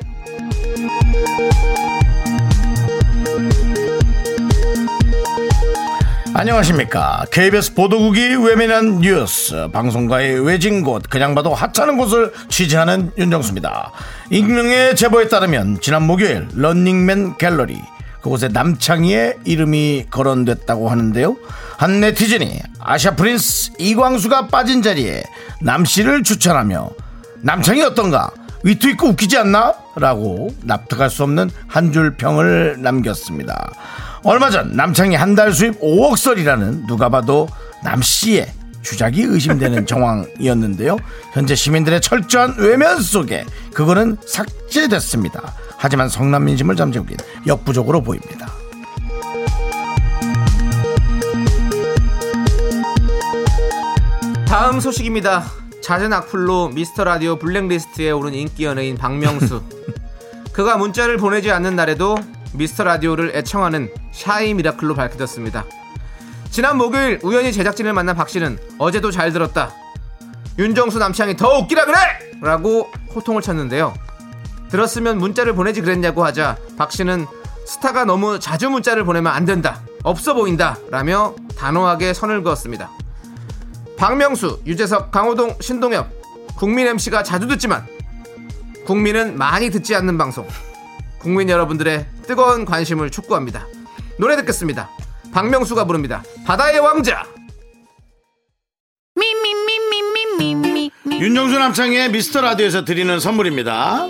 [SPEAKER 1] 안녕하십니까. KBS 보도국이 외면한 뉴스, 방송가의 외진 곳, 그냥 봐도 하찮은 곳을 취재하는 윤정수입니다. 익명의 제보에 따르면 지난 목요일 런닝맨 갤러리, 그곳에 남창희의 이름이 거론됐다고 하는데요. 한 네티즌이 아시아 프린스 이광수가 빠진 자리에 남씨를 추천하며 남창이 어떤가? 위트 있고 웃기지 않나? 라고 납득할 수 없는 한 줄 평을 남겼습니다. 얼마 전 남창이 한 달 수입 5억설이라는 누가 봐도 남씨의 주작이 의심되는 정황이었는데요. 현재 시민들의 철저한 외면 속에 그거는 삭제됐습니다. 하지만 성남 민심을 잠재우긴 역부족으로 보입니다.
[SPEAKER 2] 다음 소식입니다. 잦은 악플로 미스터 라디오 블랙리스트에 오른 인기 연예인 박명수. 그가 문자를 보내지 않는 날에도 미스터 라디오를 애청하는 샤이 미라클로 밝혀졌습니다. 지난 목요일 우연히 제작진을 만난 박 씨는 어제도 잘 들었다. 윤정수 남창이 더 웃기라 그래! 라고 호통을 쳤는데요. 들었으면 문자를 보내지 그랬냐고 하자 박 씨는 스타가 너무 자주 문자를 보내면 안 된다. 없어 보인다. 라며 단호하게 선을 그었습니다. 박명수, 유재석, 강호동, 신동엽 국민 MC가 자주 듣지만 국민은 많이 듣지 않는 방송 국민 여러분들의 뜨거운 관심을 촉구합니다 노래 듣겠습니다 박명수가 부릅니다 바다의 왕자
[SPEAKER 1] 윤정수 남창의 미스터 라디오에서 드리는 선물입니다.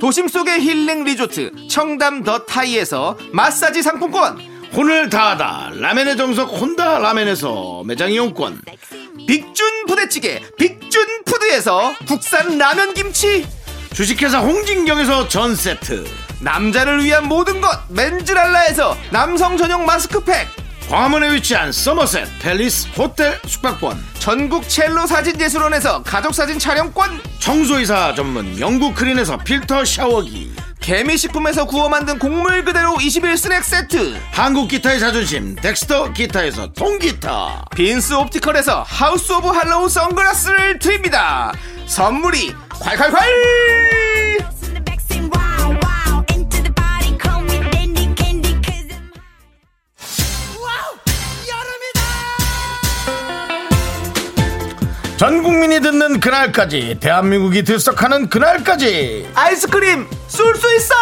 [SPEAKER 2] 도심 속의 힐링 리조트 청담 더 타이에서 마사지 상품권
[SPEAKER 1] 혼을 다하다 라멘의 정석 혼다 라멘에서 매장 이용권
[SPEAKER 2] 빅준 부대찌개 빅준 푸드에서 국산 라면 김치
[SPEAKER 1] 주식회사 홍진경에서 전 세트
[SPEAKER 2] 남자를 위한 모든 것 맨즈랄라에서 남성 전용 마스크팩
[SPEAKER 1] 광화문에 위치한 서머셋 팰리스 호텔 숙박권
[SPEAKER 2] 전국 첼로 사진 예술원에서 가족 사진 촬영권
[SPEAKER 1] 청소이사 전문 영국 크린에서 필터 샤워기
[SPEAKER 2] 개미식품에서 구워 만든 곡물 그대로 21 스낵 세트
[SPEAKER 1] 한국 기타의 자존심 덱스터 기타에서 통기타
[SPEAKER 2] 아, 빈스 옵티컬에서 하우스 오브 할로우 선글라스를 드립니다 선물이 콸콸콸
[SPEAKER 1] 전 국민이 듣는 그날까지 대한민국이 들썩하는 그날까지
[SPEAKER 2] 아이스크림 쏠 수 있어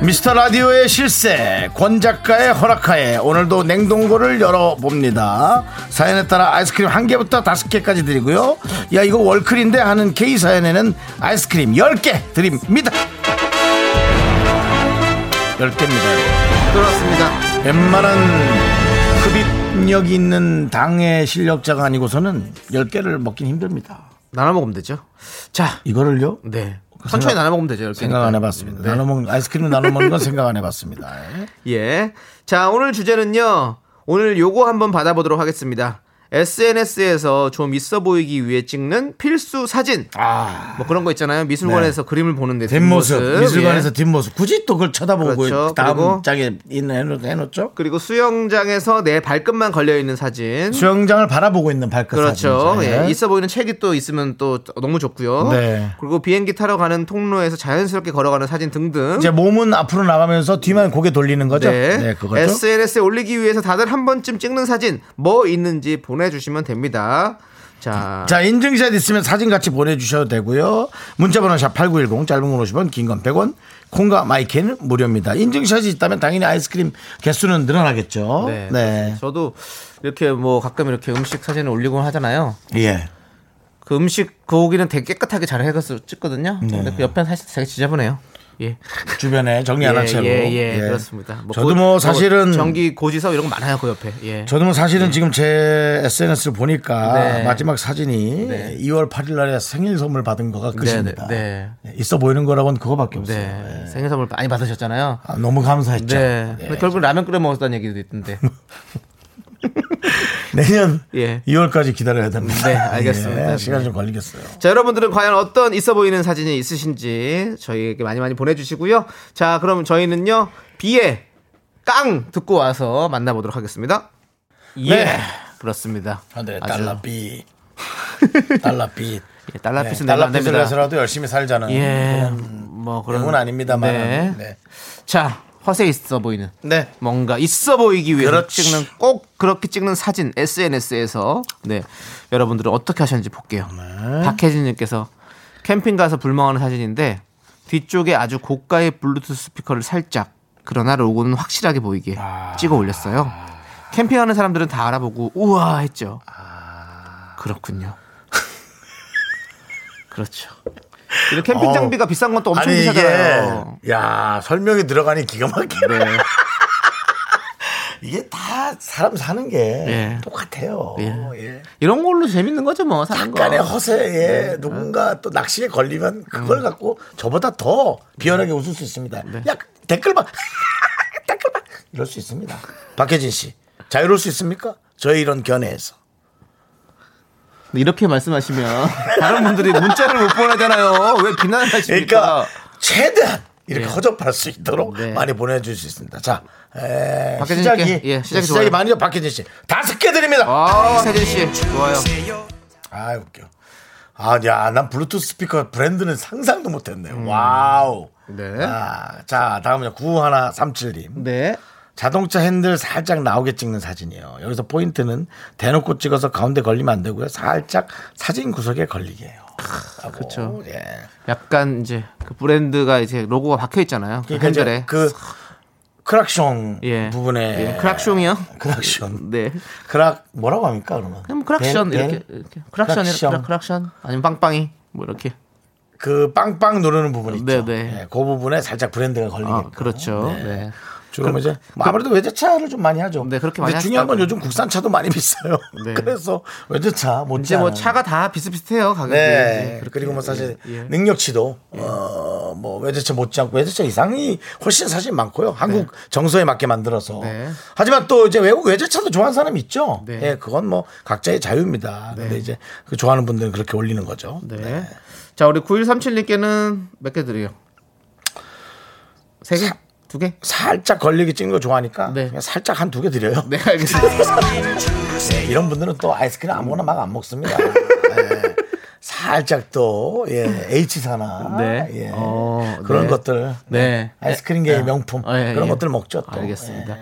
[SPEAKER 1] 미스터 라디오의 실세 권 작가의 허락하에 오늘도 냉동고를 열어봅니다 사연에 따라 아이스크림 한개부터 다섯 개까지 드리고요 야 이거 월클인데 하는 K 사연에는 아이스크림 10개 드립니다 10개입니다
[SPEAKER 2] 그렇습니다
[SPEAKER 1] 웬만한 흡입력이 있는 당의 실력자가 아니고서는 10개를 먹긴 힘듭니다
[SPEAKER 2] 나눠 먹으면 되죠 자
[SPEAKER 1] 이거를요
[SPEAKER 2] 네. 천천히 나눠 먹으면 되죠 이렇게.
[SPEAKER 1] 생각 안 해봤습니다 나눠 먹는 아이스크림 나눠 먹는 건 생각 안 해봤습니다 예.
[SPEAKER 2] 예. 자, 오늘 주제는요. 오늘 요거 한번 받아보도록 하겠습니다. SNS에서 좀 있어 보이기 위해 찍는 필수 사진. 뭐 그런 거 있잖아요. 미술관에서 그림을 보는데
[SPEAKER 1] 네. 뒷모습
[SPEAKER 2] 뒷모습.
[SPEAKER 1] 미술관에서
[SPEAKER 2] 예.
[SPEAKER 1] 뒷모습 굳이 또 그걸 쳐다보고
[SPEAKER 2] 그렇죠.
[SPEAKER 1] 다음
[SPEAKER 2] 그리고-
[SPEAKER 1] 장에 있는 해놓, 해놓죠
[SPEAKER 2] 그리고 수영장에서 내 발끝만 걸려 있는 사진.
[SPEAKER 1] 수영장을 바라보고 있는 발끝
[SPEAKER 2] 그렇죠.
[SPEAKER 1] 사진
[SPEAKER 2] 예. 있어 보이는 책이 또 있으면 또 너무 좋고요.
[SPEAKER 1] 네.
[SPEAKER 2] 그리고 비행기 타러 가는 통로에서 자연스럽게 걸어가는 사진 등등.
[SPEAKER 1] 이제 몸은 앞으로 나가면서 뒤만 고개 돌리는 거죠
[SPEAKER 2] 네.
[SPEAKER 1] 그거죠
[SPEAKER 2] SNS에 올리기 위해서 다들 한 번쯤 찍는 사진 뭐 있는지 보내주시면 됩니다. 자,
[SPEAKER 1] 자 인증샷 있으면 사진 같이 보내주셔도 되고요 문자번호 샵8910 짧은 건 50원 긴 건 100원 콩과 마이크는 무료입니다 인증샷이 있다면 당연히 아이스크림 개수는 늘어나겠죠
[SPEAKER 2] 네.
[SPEAKER 1] 네.
[SPEAKER 2] 저도 이렇게 뭐 가끔 이렇게 음식 사진을 올리고 하잖아요.
[SPEAKER 1] 예.
[SPEAKER 2] 그 음식 거기는 되게 깨끗하게 잘 해서 찍거든요.
[SPEAKER 1] 네.
[SPEAKER 2] 근데 그 옆에는 사실 되게 지저분해요. 예.
[SPEAKER 1] 주변에 정리 안 한 채로.
[SPEAKER 2] 예, 예, 그렇습니다. 뭐
[SPEAKER 1] 저도
[SPEAKER 2] 고-
[SPEAKER 1] 뭐 사실은
[SPEAKER 2] 전기 고지서 이런 거 많아요 그 옆에. 예.
[SPEAKER 1] 저도 뭐 사실은 지금 제 SNS를 보니까
[SPEAKER 2] 네.
[SPEAKER 1] 마지막 사진이 2월 8일 날에 생일 선물 받은 거가 끝입니다.
[SPEAKER 2] 네,
[SPEAKER 1] 있어 보이는 거라고는 그거밖에 없어요.
[SPEAKER 2] 네.
[SPEAKER 1] 예.
[SPEAKER 2] 생일 선물 많이 받으셨잖아요.
[SPEAKER 1] 아, 너무 감사했죠.
[SPEAKER 2] 네.
[SPEAKER 1] 예.
[SPEAKER 2] 근데 결국 라면 끓여 먹었다는 얘기도 있던데.
[SPEAKER 1] 내년
[SPEAKER 2] 예.
[SPEAKER 1] 2월까지 기다려야 됩니다.
[SPEAKER 2] 네, 알겠습니다.
[SPEAKER 1] 예, 시간이 좀 걸리겠어요.
[SPEAKER 2] 자, 여러분들은 과연 어떤 있어 보이는 사진이 있으신지 저희에게 많이 많이 보내주시고요. 자, 그럼 저희는요, 비에 깡 듣고 와서 만나보도록 하겠습니다. 예.
[SPEAKER 1] 네.
[SPEAKER 2] 그렇습니다.
[SPEAKER 1] 한 대
[SPEAKER 2] 아주
[SPEAKER 1] 달러 비. 달라빛.
[SPEAKER 2] 예, [LAUGHS] 달라빛은 내면
[SPEAKER 1] 네,
[SPEAKER 2] 안
[SPEAKER 1] 달라빛을
[SPEAKER 2] 됩니다.
[SPEAKER 1] 해서라도 열심히 살자는.
[SPEAKER 2] 예, 뭐 그런
[SPEAKER 1] 그건 아닙니다만.
[SPEAKER 2] 네.
[SPEAKER 1] 네.
[SPEAKER 2] 자, 허세 있어 보이는
[SPEAKER 1] 네.
[SPEAKER 2] 뭔가 있어 보이기 위해
[SPEAKER 1] 그렇지.
[SPEAKER 2] 찍는 꼭 그렇게 찍는 사진 SNS에서 네 여러분들은 어떻게 하셨는지 볼게요.
[SPEAKER 1] 네.
[SPEAKER 2] 박혜진님께서 캠핑 가서 불멍하는 사진인데 뒤쪽에 아주 고가의 블루투스 스피커를 살짝 그러나 로고는 확실하게 보이게
[SPEAKER 1] 아.
[SPEAKER 2] 찍어 올렸어요. 캠핑하는 사람들은 다 알아보고 우와 했죠.
[SPEAKER 1] 아.
[SPEAKER 2] 그렇군요. [LAUGHS] 그렇죠. 이런 캠핑
[SPEAKER 1] 어.
[SPEAKER 2] 장비가 비싼 건 또 엄청
[SPEAKER 1] 아니
[SPEAKER 2] 비싸잖아요.
[SPEAKER 1] 이게 야 설명이 들어가니 기가 막히네.
[SPEAKER 2] 네.
[SPEAKER 1] [LAUGHS] 이게 다 사람 사는 게
[SPEAKER 2] 예.
[SPEAKER 1] 똑같아요.
[SPEAKER 2] 예.
[SPEAKER 1] 예.
[SPEAKER 2] 이런 걸로 재밌는 거죠 뭐 사는 거.
[SPEAKER 1] 약간의 허세에 예.
[SPEAKER 2] 네.
[SPEAKER 1] 누군가 또 낚시에 걸리면
[SPEAKER 2] 음.
[SPEAKER 1] 그걸 갖고 저보다 더 비열하게 웃을 수 있습니다.
[SPEAKER 2] 네.
[SPEAKER 1] 야 댓글 봐, [LAUGHS] 댓글 봐 이럴 수 있습니다. 박혜진 씨 자유로울 수 있습니까? 저의 이런 견해에서
[SPEAKER 2] 근데 이렇게 말씀하시면 [LAUGHS] 다른 분들이 문자를 못 보내잖아요. 왜 비난을 하십니까? 예.
[SPEAKER 1] 그러니까 최대한 이렇게 허접할 수 있도록
[SPEAKER 2] 네.
[SPEAKER 1] 많이 보내줄 수 있습니다. 자 에,
[SPEAKER 2] 박혜진
[SPEAKER 1] 시작이
[SPEAKER 2] 씨께, 예,
[SPEAKER 1] 시작이
[SPEAKER 2] 시작이 좋아요.
[SPEAKER 1] 많이죠 박혜진 씨 다섯 개 드립니다.
[SPEAKER 2] 아 세진 씨 좋아요.
[SPEAKER 1] 아 웃겨. 아, 야, 난 블루투스 스피커 브랜드는 상상도 못했네. 와우.
[SPEAKER 2] 음. 네.
[SPEAKER 1] 아, 자, 다음은요. 9137님.
[SPEAKER 2] 네.
[SPEAKER 1] 자동차 핸들 살짝 나오게 찍는 사진이요. 여기서 포인트는 대놓고 찍어서 가운데 걸리면 안 되고요. 살짝 사진 구석에 걸리게 해요.
[SPEAKER 2] 아, 그쵸.
[SPEAKER 1] 예.
[SPEAKER 2] 약간 이제 그 브랜드가 이제 로고가 박혀 있잖아요. 그
[SPEAKER 1] 그러니까 이제
[SPEAKER 2] 핸들에.
[SPEAKER 1] 그 크락숑
[SPEAKER 2] 예.
[SPEAKER 1] 부분에
[SPEAKER 2] 예, 크락숑이요?
[SPEAKER 1] 크락숑.
[SPEAKER 2] 네.
[SPEAKER 1] 크락 뭐라고 합니까, 그러면?
[SPEAKER 2] 그럼
[SPEAKER 1] 벤-
[SPEAKER 2] 크락션
[SPEAKER 1] 벤?
[SPEAKER 2] 이렇게, 이렇게 크락션
[SPEAKER 1] 예. 크락션.
[SPEAKER 2] 이렇게 크락션 아니면 빵빵이 뭐 이렇게.
[SPEAKER 1] 그 빵빵 누르는 부분 있죠.
[SPEAKER 2] 네, 네.
[SPEAKER 1] 예, 그 부분에 살짝 브랜드가 걸리게.
[SPEAKER 2] 아 그렇죠. 네.
[SPEAKER 1] 주로 이제 뭐 아무래도 외제차를 좀 많이 하죠.
[SPEAKER 2] 네, 그렇게
[SPEAKER 1] 근데
[SPEAKER 2] 많이
[SPEAKER 1] 중요한 건
[SPEAKER 2] 하시더라고요.
[SPEAKER 1] 요즘 국산차도 많이 비싸요.
[SPEAKER 2] 네.
[SPEAKER 1] [LAUGHS] 그래서 외제차 못
[SPEAKER 2] 이제 뭐 차가 다 비슷비슷해요 가격이.
[SPEAKER 1] 네.
[SPEAKER 2] 네, 그렇게.
[SPEAKER 1] 그리고 뭐 사실
[SPEAKER 2] 예, 예.
[SPEAKER 1] 능력치도 어, 뭐 외제차 못지않고 외제차 이상이 훨씬 사실 많고요. 한국 정서에 맞게 만들어서.
[SPEAKER 2] 네.
[SPEAKER 1] 하지만 또 이제 외국 외제차도 좋아하는 사람이 있죠.
[SPEAKER 2] 네.
[SPEAKER 1] 예, 그건 뭐 각자의 자유입니다. 근데 이제 그 좋아하는 분들은 그렇게 올리는 거죠.
[SPEAKER 2] 네. 자, 우리 9137님께는 몇 개 드려요? 세 개? 두 개?
[SPEAKER 1] 살짝 걸리게 찍는 거 좋아하니까
[SPEAKER 2] 네.
[SPEAKER 1] 그냥 살짝 한 두 개 드려요.
[SPEAKER 2] 네,
[SPEAKER 1] 아,
[SPEAKER 2] 알겠습니다.
[SPEAKER 1] 네, 이런 분들은 또 아이스크림 아무거나 막 안 먹습니다.
[SPEAKER 2] 네.
[SPEAKER 1] 예. 살짝 또 예, H사나
[SPEAKER 2] 네.
[SPEAKER 1] 예,
[SPEAKER 2] 어,
[SPEAKER 1] 그런
[SPEAKER 2] 네.
[SPEAKER 1] 것들
[SPEAKER 2] 네.
[SPEAKER 1] 아이스크림계의 명품
[SPEAKER 2] 어, 예,
[SPEAKER 1] 그런
[SPEAKER 2] 예.
[SPEAKER 1] 것들 먹죠. 또.
[SPEAKER 2] 알겠습니다.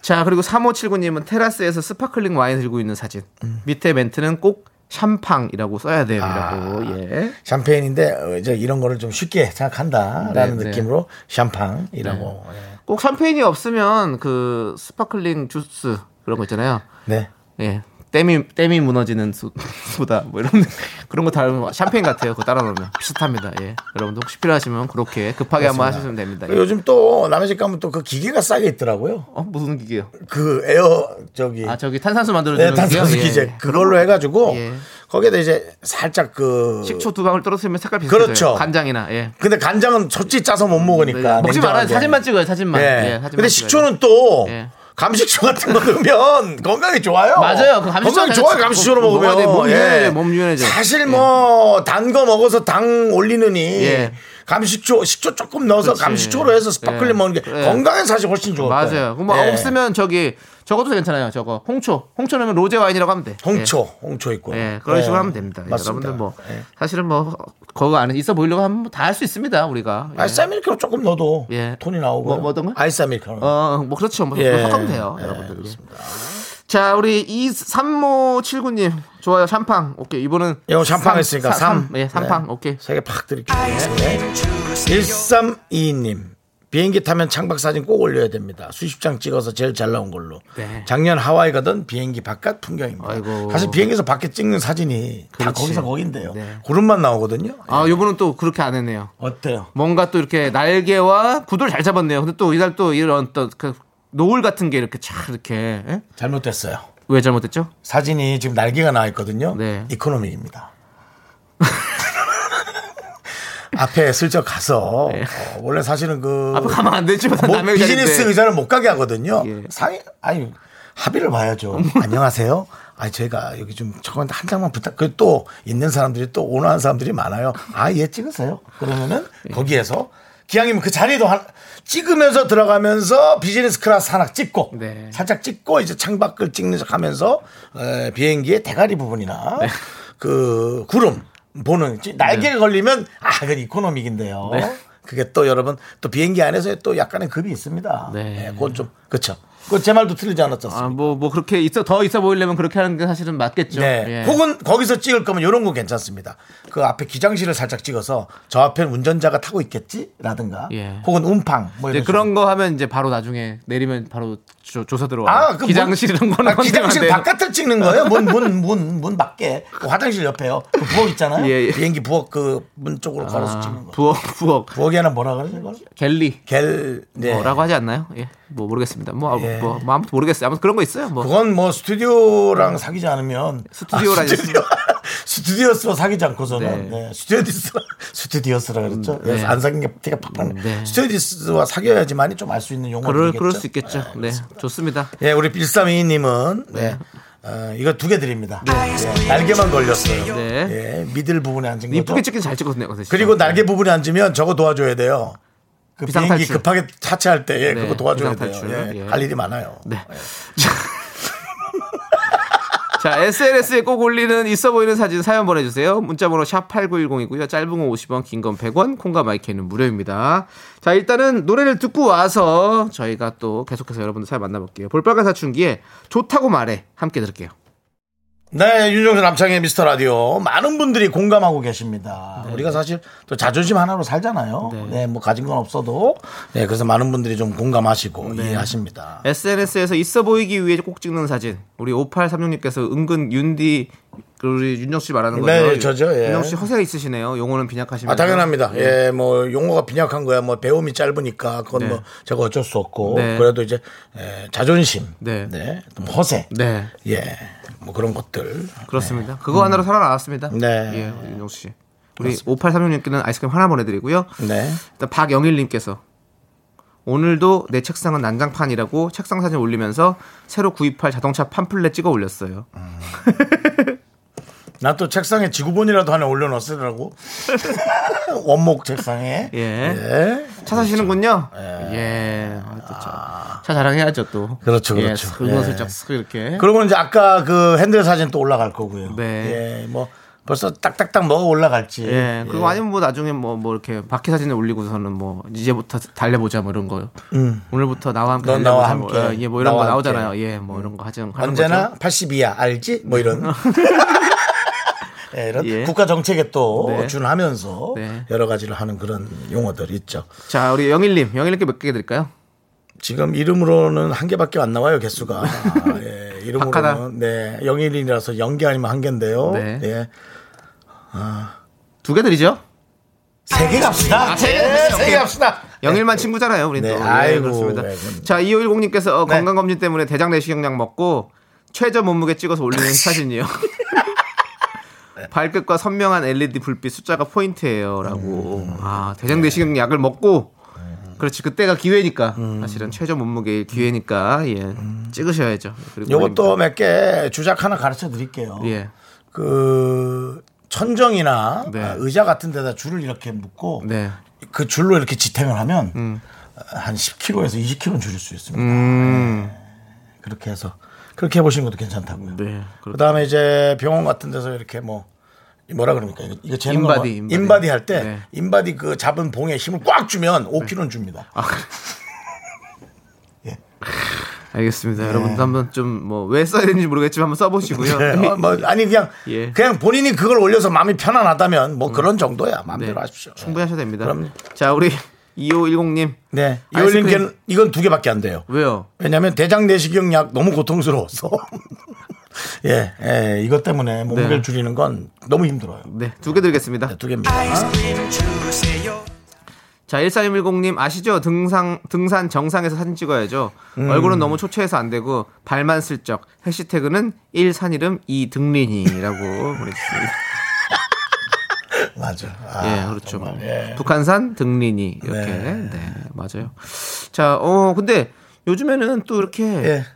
[SPEAKER 2] 자, 그리고 3579님은 테라스에서 스파클링 와인 들고 있는 사진.
[SPEAKER 1] 음.
[SPEAKER 2] 밑에 멘트는 꼭 샴팡이라고 써야 돼요. 라고. 예.
[SPEAKER 1] 예. 샴페인인데 어, 이제 이런 거를 좀 쉽게 생각한다라는
[SPEAKER 2] 네, 네.
[SPEAKER 1] 느낌으로 샴팡이라고 예.
[SPEAKER 2] 꼭 샴페인이 없으면 그 스파클링 주스 그런 거 있잖아요.
[SPEAKER 1] 네.
[SPEAKER 2] 예. 댐이 댐이 무너지는 소- 소다 뭐 이런 [LAUGHS] 그런 거 다른 샴페인 같아요. 그거 따라 넣으면 비슷합니다. 예. 여러분도 혹시 필요하시면 그렇게 급하게 한번 하시면 됩니다.
[SPEAKER 1] 그리고
[SPEAKER 2] 예.
[SPEAKER 1] 요즘 또 남의 집 가면 또 그 기계가 싸게 있더라고요.
[SPEAKER 2] 어 무슨 기계요?
[SPEAKER 1] 그 에어 저기
[SPEAKER 2] 아 저기 탄산수 만들어주는
[SPEAKER 1] 네, 탄산수
[SPEAKER 2] 기계요? 예.
[SPEAKER 1] 기제 그걸로 해가지고
[SPEAKER 2] 예.
[SPEAKER 1] 거기에다 이제 살짝 그
[SPEAKER 2] 식초 두 방울 떨어뜨리면 색깔 비슷해요.
[SPEAKER 1] 그렇죠.
[SPEAKER 2] 간장이나 예.
[SPEAKER 1] 근데 간장은 솔직히 짜서 못 먹으니까.
[SPEAKER 2] 네, 먹지
[SPEAKER 1] 그러니까 냉정하게.
[SPEAKER 2] 말아요. 사진만 찍어요. 사진만.
[SPEAKER 1] 예.
[SPEAKER 2] 예. 사진만
[SPEAKER 1] 근데
[SPEAKER 2] 찍어요.
[SPEAKER 1] 식초는 또
[SPEAKER 2] 예.
[SPEAKER 1] 감식초 같은 거 넣으면 [LAUGHS] 건강에 좋아요.
[SPEAKER 2] 맞아요. 그 감식초
[SPEAKER 1] 건강에
[SPEAKER 2] 같은
[SPEAKER 1] 좋아요.
[SPEAKER 2] 거
[SPEAKER 1] 감식초로
[SPEAKER 2] 먹- 먹어야
[SPEAKER 1] 먹으면. 예.
[SPEAKER 2] 돼. 몸 유연해져요. 몸 유연해져요.
[SPEAKER 1] 사실 뭐 단 거 먹어서 당 올리느니
[SPEAKER 2] 예.
[SPEAKER 1] 감식초 식초 조금 넣어서
[SPEAKER 2] 그렇지.
[SPEAKER 1] 감식초로 해서 스파클링
[SPEAKER 2] 예.
[SPEAKER 1] 먹는 게
[SPEAKER 2] 예.
[SPEAKER 1] 건강에 사실 훨씬 좋을 거예요.
[SPEAKER 2] 맞아요. 그럼 뭐
[SPEAKER 1] 예.
[SPEAKER 2] 없으면 저기 저것도 괜찮아요. 저거 홍초. 홍초 넣으면 로제 와인이라고 하면 돼.
[SPEAKER 1] 홍초, 홍초 있고.
[SPEAKER 2] 예. 예, 그런 식으로
[SPEAKER 1] 예.
[SPEAKER 2] 하면 됩니다. 예,
[SPEAKER 1] 맞습니다.
[SPEAKER 2] 여러분들 뭐
[SPEAKER 1] 예.
[SPEAKER 2] 사실은 뭐 거기 안에 있어 보이려고 하면 뭐 다 할 수 있습니다. 우리가. 예.
[SPEAKER 1] 아이스 아메리카노 조금 넣어도
[SPEAKER 2] 예.
[SPEAKER 1] 톤이 나오고.
[SPEAKER 2] 뭐- 뭐 어떤 거요?
[SPEAKER 1] 아이스 아메리카노.
[SPEAKER 2] 어, 뭐 그렇죠. 뭐
[SPEAKER 1] 예.
[SPEAKER 2] 그거 하면 돼요, 여러분들. 자, 우리 이 삼모 칠구님 좋아요. 샴팡. 오케이. 이번은
[SPEAKER 1] 이거 샴팡
[SPEAKER 2] 삼-
[SPEAKER 1] 했으니까
[SPEAKER 2] 사-
[SPEAKER 1] 예, 삼.
[SPEAKER 2] 예, 삼팡.
[SPEAKER 1] 네.
[SPEAKER 2] 오케이.
[SPEAKER 1] 세 개 팍 드릴게요. 네. 1322님. 비행기 타면 창밖 사진 꼭 올려야 됩니다. 수십 장 찍어서 제일 잘 나온 걸로.
[SPEAKER 2] 네.
[SPEAKER 1] 작년 하와이 가던 비행기 바깥 풍경입니다.
[SPEAKER 2] 아이고.
[SPEAKER 1] 사실 비행기에서 밖에 찍는 사진이 다
[SPEAKER 2] 그렇지.
[SPEAKER 1] 거기서 거긴데요.
[SPEAKER 2] 네.
[SPEAKER 1] 구름만 나오거든요.
[SPEAKER 2] 아, 요번은 또 그렇게 안 했네요.
[SPEAKER 1] 어때요?
[SPEAKER 2] 뭔가 또 이렇게 날개와 구도를 잘 잡았네요. 근데 또 이날 또 이런 또그 노을 같은 게 이렇게 촥 이렇게 예?
[SPEAKER 1] 잘못됐어요.
[SPEAKER 2] 왜 잘못됐죠?
[SPEAKER 1] 사진이 지금 날개가 나와 있거든요.
[SPEAKER 2] 네.
[SPEAKER 1] 이코노믹입니다. [LAUGHS] 앞에 슬쩍 가서 어, 원래 사실은 그
[SPEAKER 2] 네. 앞에 가면 안 되지. 뭐,
[SPEAKER 1] 뭐
[SPEAKER 2] 남의
[SPEAKER 1] 비즈니스
[SPEAKER 2] 의자인데.
[SPEAKER 1] 의자를 못 가게 하거든요.
[SPEAKER 2] 예. 음.
[SPEAKER 1] 상의 아니 합의를 봐야죠.
[SPEAKER 2] [LAUGHS]
[SPEAKER 1] 안녕하세요. 아니 제가 여기 좀 저건 한 장만 부탁. 그또 있는 사람들이 또 원하는 사람들이 많아요. 아 예 찍으세요. 그러면은
[SPEAKER 2] 예.
[SPEAKER 1] 거기에서 기왕이면 그 자리도 한- 찍으면서 들어가면서 비즈니스 클래스 하나 찍고
[SPEAKER 2] 네. 네.
[SPEAKER 1] 살짝 찍고 이제 창밖을 찍는 척 하면서 에, 비행기의 대가리 부분이나 그 구름 보는 지- 날개가 걸리면 아 그건 이코노믹인데요.
[SPEAKER 2] 네.
[SPEAKER 1] 그게 또 여러분 또 비행기 안에서의 또 약간의 급이 있습니다. 네,
[SPEAKER 2] 네.
[SPEAKER 1] 그건 좀 그렇죠. 그제 말도 틀리지 않았었습니까?
[SPEAKER 2] 아, 뭐, 뭐, 그렇게 있어, 더 있어 보이려면 그렇게 하는 게 사실은 맞겠죠.
[SPEAKER 1] 네.
[SPEAKER 2] 예.
[SPEAKER 1] 혹은 거기서 찍을 거면 이런 거 괜찮습니다. 그 앞에 기장실을 살짝 찍어서 저 앞에 운전자가 타고 있겠지라든가,
[SPEAKER 2] 예.
[SPEAKER 1] 혹은 운팡 뭐
[SPEAKER 2] 이제
[SPEAKER 1] 이런 식으로.
[SPEAKER 2] 그런 거 하면 이제 바로 나중에 내리면 바로 조, 조사 들어와요.
[SPEAKER 1] 아, 그
[SPEAKER 2] 기장실
[SPEAKER 1] 문-
[SPEAKER 2] 이런 거는
[SPEAKER 1] 아, 기장실
[SPEAKER 2] 건드리면 안 돼요.
[SPEAKER 1] 바깥을 찍는 거예요? 문, 문, 문, 문 밖에. 그 화장실 옆에요. 그 부엌 있잖아요.
[SPEAKER 2] 예, 예.
[SPEAKER 1] 비행기 부엌 그 문 쪽으로 걸어서 찍는
[SPEAKER 2] 아,
[SPEAKER 1] 거.
[SPEAKER 2] 부엌, 부엌.
[SPEAKER 1] 부엌이 하나 뭐라 그러는 걸?
[SPEAKER 2] 갤리.
[SPEAKER 1] 겔, 네.
[SPEAKER 2] 뭐라고 하지 않나요? 예. 뭐 모르겠습니다. 뭐,
[SPEAKER 1] 예.
[SPEAKER 2] 뭐, 뭐 아무튼 모르겠어요. 아무튼 그런 거 있어요. 뭐.
[SPEAKER 1] 그건 뭐 스튜디오랑 사귀지 않으면 아,
[SPEAKER 2] 스튜디오라니.
[SPEAKER 1] 스튜디오 [LAUGHS] 스튜디오스와 사귀지 않고서는
[SPEAKER 2] 네.
[SPEAKER 1] 네. 스튜디오스 스튜디오스라 그랬죠. 그래서
[SPEAKER 2] 네.
[SPEAKER 1] 안 사귄 게 티가 팍 나네.
[SPEAKER 2] 네.
[SPEAKER 1] 스튜디오스와 사귀어야지만이 좀 알 수 있는 용어겠죠.
[SPEAKER 2] 그럴, 그럴 수 있겠죠. 네. 좋습니다.
[SPEAKER 1] 예, 우리 1322님은 네. 어, 이거 두 개 드립니다. 예, 날개만 걸렸어요.
[SPEAKER 2] 네.
[SPEAKER 1] 예, 미들 부분에 앉은 거죠.
[SPEAKER 2] 이쁘게 찍긴 잘 찍었네요. 근데 진짜.
[SPEAKER 1] 그리고 날개 부분에 앉으면 저거 도와줘야 돼요. 그
[SPEAKER 2] 비상탈출.
[SPEAKER 1] 비행기 급하게 차체할 때 예,
[SPEAKER 2] 네,
[SPEAKER 1] 그거 도와줘야 돼요.
[SPEAKER 2] 비상탈출.
[SPEAKER 1] 예,
[SPEAKER 2] 예.
[SPEAKER 1] 할 일이 많아요.
[SPEAKER 2] 네. [LAUGHS] 자, SNS에 꼭 올리는 있어 보이는 사진 사연 보내주세요. 문자번호 샵 8910이고요. 짧은 건 50원, 긴 건 100원, 콩과 마이크는 무료입니다. 자, 일단은 노래를 듣고 와서 저희가 또 계속해서 여러분들 사연 만나볼게요. 볼빨간 사춘기에 좋다고 말해. 함께 들을게요.
[SPEAKER 1] 네, 윤정수 남창의 미스터 라디오. 많은 분들이 공감하고 계십니다.
[SPEAKER 2] 네.
[SPEAKER 1] 우리가 사실 또 자존심 하나로 살잖아요. 네. 뭐 가진 건 없어도. 네, 그래서 많은 분들이 좀 공감하시고
[SPEAKER 2] 네.
[SPEAKER 1] 이해하십니다.
[SPEAKER 2] SNS에서 있어 보이기 위해 꼭 찍는 사진. 우리 5836님께서 은근 윤디 우리 윤정 씨 말하는 거죠.
[SPEAKER 1] 네, 저죠, 예.
[SPEAKER 2] 윤정 씨 허세가 있으시네요. 용어는 빈약하시면.
[SPEAKER 1] 아, 당연합니다. 예, 뭐, 용어가 빈약한 거야. 뭐, 배움이 짧으니까. 그건
[SPEAKER 2] 네.
[SPEAKER 1] 뭐, 제가 어쩔 수 없고.
[SPEAKER 2] 네.
[SPEAKER 1] 그래도 이제, 예, 자존심. 네.
[SPEAKER 2] 네.
[SPEAKER 1] 좀 허세.
[SPEAKER 2] 네.
[SPEAKER 1] 예. 뭐 그런 것들.
[SPEAKER 2] 그렇습니다. 그거 하나로 살아나왔습니다.
[SPEAKER 1] 네.
[SPEAKER 2] 예, 윤정 씨. 우리 5836님께는 아이스크림 하나 보내드리고요.
[SPEAKER 1] 네.
[SPEAKER 2] 일단 박영일님께서 오늘도 내 책상은 난장판이라고 책상 사진 올리면서 새로 구입할 자동차 팜플렛 찍어 올렸어요.
[SPEAKER 1] 나 또 책상에 지구본이라도 하나
[SPEAKER 2] [LAUGHS]
[SPEAKER 1] 올려놓으라고. 원목 책상에.
[SPEAKER 2] 예.
[SPEAKER 1] 예.
[SPEAKER 2] 차 사시는군요.
[SPEAKER 1] 네.
[SPEAKER 2] 예. 아, 또 차, 차 자랑해야죠 또.
[SPEAKER 1] 그렇죠,
[SPEAKER 2] 예,
[SPEAKER 1] 그렇죠.
[SPEAKER 2] 슥 이거
[SPEAKER 1] 예.
[SPEAKER 2] 슬쩍 슥 이렇게.
[SPEAKER 1] 그러면 이제 아까 그 핸들 사진 또 올라갈 거고요.
[SPEAKER 2] 네.
[SPEAKER 1] 예, 뭐 벌써 딱딱딱 뭐가 올라갈지.
[SPEAKER 2] 예. 그거 아니면 뭐 나중에 뭐 뭐 이렇게 바퀴 사진을 올리고서는 뭐 이제부터 달려보자 뭐 이런 거요. 오늘부터 나와 함께
[SPEAKER 1] 음. 넌 나와
[SPEAKER 2] 달려보자
[SPEAKER 1] 함께.
[SPEAKER 2] 뭐, 예, 뭐 이런
[SPEAKER 1] 나와
[SPEAKER 2] 거 나오잖아요.
[SPEAKER 1] 함께.
[SPEAKER 2] 예, 뭐 이런 거 하죠. 하는
[SPEAKER 1] 언제나
[SPEAKER 2] 거죠. 음.
[SPEAKER 1] 80이야 알지? 뭐 이런. [LAUGHS] 예, 이런
[SPEAKER 2] 예.
[SPEAKER 1] 국가 정책에 또
[SPEAKER 2] 네.
[SPEAKER 1] 준하면서
[SPEAKER 2] 네.
[SPEAKER 1] 여러 가지를 하는 그런 용어들 있죠.
[SPEAKER 2] 자, 우리 영일님, 영일님께 몇 개 드릴까요?
[SPEAKER 1] 지금 이름으로는 한 개밖에 안 나와요 개수가. 아, [LAUGHS] 예,
[SPEAKER 2] 박하다.
[SPEAKER 1] 이름으로는 네 영일인이라서 영개 아니면 한 개인데요.
[SPEAKER 2] 네.
[SPEAKER 1] 예,
[SPEAKER 2] 두 개 드리죠.
[SPEAKER 1] 세 개 갑시다.
[SPEAKER 2] 아, 세
[SPEAKER 1] 예,
[SPEAKER 2] 개 드리세요.
[SPEAKER 1] 세개
[SPEAKER 2] 오케이.
[SPEAKER 1] 갑시다.
[SPEAKER 2] 영일만 친구잖아요, 우리
[SPEAKER 1] 네,
[SPEAKER 2] 또. 예,
[SPEAKER 1] 아이고,
[SPEAKER 2] 그렇습니다.
[SPEAKER 1] 네, 그럼.
[SPEAKER 2] 자, 2510님께서 어,
[SPEAKER 1] 네.
[SPEAKER 2] 건강 검진 때문에 대장 내시경약 먹고 최저 몸무게 찍어서 올리는 사진이요. [LAUGHS] 발끝과 선명한 LED 불빛 숫자가 포인트예요라고.
[SPEAKER 1] 음.
[SPEAKER 2] 아, 대장
[SPEAKER 1] 네.
[SPEAKER 2] 내시경약을 먹고 그렇지 그때가 기회니까
[SPEAKER 1] 음.
[SPEAKER 2] 사실은 최저 몸무게일 기회니까 예 찍으셔야죠. 그리고
[SPEAKER 1] 요것도 몇 개 주작 하나 가르쳐 드릴게요.
[SPEAKER 2] 올립니다. 예.
[SPEAKER 1] 그 천정이나
[SPEAKER 2] 네.
[SPEAKER 1] 아, 의자 같은 데다 줄을 이렇게 묶고
[SPEAKER 2] 네. 음.
[SPEAKER 1] 그 줄로 이렇게 지탱을 하면 한 10kg에서 20kg는 줄일 수 있습니다. 네. 그렇게 해서 그렇게 해보시는 것도 괜찮다고요.
[SPEAKER 2] 네. 그렇-
[SPEAKER 1] 그 다음에 이제 병원 같은 데서 이렇게 뭐 뭐라 그럽니까 이거- 이거 재는
[SPEAKER 2] 인바디,
[SPEAKER 1] 거
[SPEAKER 2] 인바디.
[SPEAKER 1] 인바디 할 때
[SPEAKER 2] 네.
[SPEAKER 1] 인바디 그 잡은 봉에 힘을 꽉 주면 5kg는 줍니다.
[SPEAKER 2] 아, 그래.
[SPEAKER 1] 예.
[SPEAKER 2] 알겠습니다. 여러분도 한번 좀 뭐 왜 써야 되는지 모르겠지만 한번 써보시고요.
[SPEAKER 1] 네, 어, 뭐 아니 그냥
[SPEAKER 2] 예.
[SPEAKER 1] 그냥 본인이 그걸 올려서 마음이 편안하다면 뭐 그런 정도야 마음대로
[SPEAKER 2] 네,
[SPEAKER 1] 하십시오.
[SPEAKER 2] 충분히 하셔도 됩니다.
[SPEAKER 1] 그럼요.
[SPEAKER 2] 자, 우리 2510님.
[SPEAKER 1] 네.
[SPEAKER 2] 아이스크림.
[SPEAKER 1] 이올림께는 이건 두 개밖에 안 돼요.
[SPEAKER 2] 왜요?
[SPEAKER 1] 왜냐하면 대장 내시경약 너무 고통스러워서 [LAUGHS] 예, 예, 이것 때문에 몸무게를
[SPEAKER 2] 네.
[SPEAKER 1] 줄이는 건 너무 힘들어요.
[SPEAKER 2] 네, 두 개 드리겠습니다.
[SPEAKER 1] 네, 두 개입니다.
[SPEAKER 2] 자, 1310님 아시죠? 등산 등산 정상에서 사진 찍어야죠.
[SPEAKER 1] 음.
[SPEAKER 2] 얼굴은 너무 초췌해서 안 되고 발만 슬쩍. 해시태그는 1산 이름 2 등린이라고 [LAUGHS] 보내주셨습니다.
[SPEAKER 1] 맞아. 아,
[SPEAKER 2] 예, 그렇죠.
[SPEAKER 1] 정말, 예.
[SPEAKER 2] 북한산 등린이 이렇게.
[SPEAKER 1] 네.
[SPEAKER 2] 네. 맞아요. 자, 어 근데 요즘에는 또 이렇게
[SPEAKER 1] 예.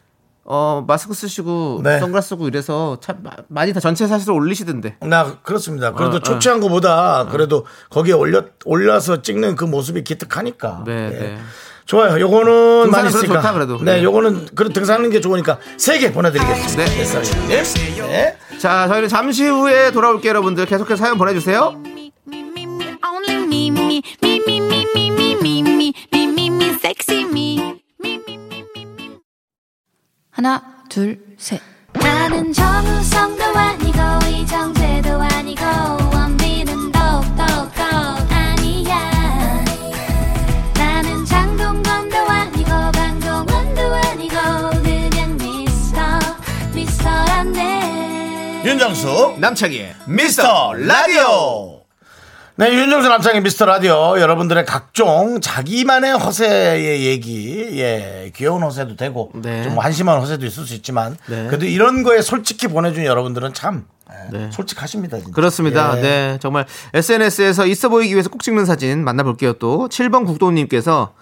[SPEAKER 2] 어 마스크 쓰시고
[SPEAKER 1] 네.
[SPEAKER 2] 선글라스 쓰고 이래서 참 마- 많이 다 전체 사진을 올리시던데.
[SPEAKER 1] 나 그렇습니다. 그래도
[SPEAKER 2] 어,
[SPEAKER 1] 초췌한 거보다 그래도 거기에 올려 올려서 찍는 그 모습이 기특하니까.
[SPEAKER 2] 네,
[SPEAKER 1] 예.
[SPEAKER 2] 네.
[SPEAKER 1] 좋아요. 요거는
[SPEAKER 2] 등산은
[SPEAKER 1] 많이
[SPEAKER 2] 그래도
[SPEAKER 1] 쓰니까.
[SPEAKER 2] 좋다, 그래도.
[SPEAKER 1] 네,
[SPEAKER 2] 네.
[SPEAKER 1] 요거는 그래 등산하는 게 좋으니까 세 개 보내드리겠습니다.
[SPEAKER 2] 네.
[SPEAKER 1] 네. 네.
[SPEAKER 2] 자, 저희는 잠시 후에 돌아올게요, 여러분들. 계속해서 사연 보내주세요.
[SPEAKER 3] Me, me, me, me, only me, me, me, me, me, me, me, me, me, me, me, me, sexy me. Me, me, me, me, me.
[SPEAKER 6] 하나, 둘, 셋.
[SPEAKER 3] 나는 정우성도 아니고 이정재도 아니고 원빈은 더욱더 아니야 나는 장동건도 아니고 강동원도 아니고 그냥 미스터 미스터란데
[SPEAKER 1] 윤정수
[SPEAKER 2] 남창희의
[SPEAKER 1] 미스터 라디오. 네, 윤정수 남창의 미스터 라디오 여러분들의 각종 자기만의 허세의 얘기, 예, 귀여운 허세도 되고
[SPEAKER 2] 네.
[SPEAKER 1] 좀 한심한 허세도 있을 수 있지만
[SPEAKER 2] 네.
[SPEAKER 1] 그래도 이런 거에 솔직히 보내준 여러분들은 참 예,
[SPEAKER 2] 네.
[SPEAKER 1] 솔직하십니다. 진짜.
[SPEAKER 2] 그렇습니다.
[SPEAKER 1] 예.
[SPEAKER 2] 네. 정말 SNS에서 있어 보이기 위해서 꼭 찍는 사진 만나볼게요. 또 7번 국도님께서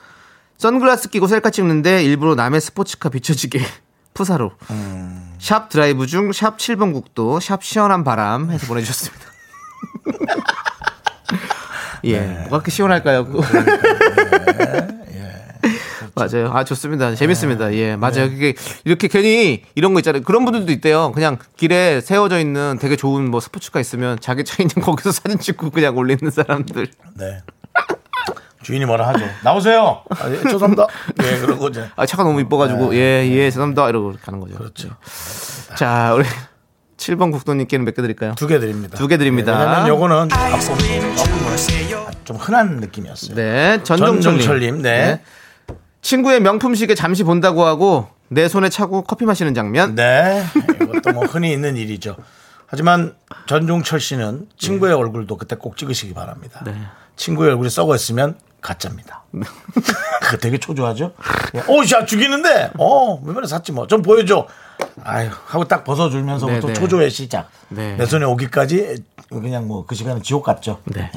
[SPEAKER 2] 선글라스 끼고 셀카 찍는데 일부러 남의 스포츠카 비춰지게 [LAUGHS] 푸사로
[SPEAKER 1] 음.
[SPEAKER 2] 샵 드라이브 중 샵 7번 국도 샵 시원한 바람 해서 보내주셨습니다. [LAUGHS] 예,
[SPEAKER 1] 네.
[SPEAKER 2] 뭐가 그렇게 시원할까요? 맞아요. 아 좋습니다.
[SPEAKER 1] 네.
[SPEAKER 2] 재밌습니다. 예, 맞아요. 그게 이렇게 괜히 이런 거 있잖아요. 그런 분들도 있대요. 그냥 길에 세워져 있는 되게 좋은 뭐 스포츠카 있으면 자기 차 있는 [LAUGHS] 거기서 사진 찍고 그냥 올리는 사람들.
[SPEAKER 1] 네. 주인이 뭐라 하죠. 나오세요. 아, 예, 죄송합니다. 예, 그러고 이제
[SPEAKER 2] 아 차가 너무 이뻐가지고 예예 죄송합니다 이러고 가는 거죠.
[SPEAKER 1] 네. 그렇죠.
[SPEAKER 2] 자 우리 7번 국도님께는 몇 개 드릴까요?
[SPEAKER 1] 두 개 드립니다.
[SPEAKER 2] 두개 드립니다.
[SPEAKER 1] 예, 왜냐면 요거는 앞부분, 뒷부분. 아, 좀 흔한 느낌이었어요.
[SPEAKER 2] 네 전종철님.
[SPEAKER 1] 전정철님, 네.
[SPEAKER 2] 친구의 명품 시계 잠시 본다고 하고 내 손에 차고 커피 마시는 장면.
[SPEAKER 1] 네. 이것도 뭐 흔히 있는 일이죠. 하지만 전종철 씨는
[SPEAKER 2] 예.
[SPEAKER 1] 친구의 얼굴도 그때 꼭 찍으시기 바랍니다.
[SPEAKER 2] 네.
[SPEAKER 1] 친구의 얼굴이 썩어 있으면 가짜입니다. [LAUGHS] 그거 되게 초조하죠? 예. 오, 야, 죽이는데? 어, 얼마나 샀지 뭐. 좀 보여줘. 아유, 하고 딱 벗어주면서부터
[SPEAKER 2] 네, 네.
[SPEAKER 1] 초조의 시작.
[SPEAKER 2] 네.
[SPEAKER 1] 내 손에 오기까지 그냥 뭐 그 시간은 지옥 같죠.
[SPEAKER 2] 네.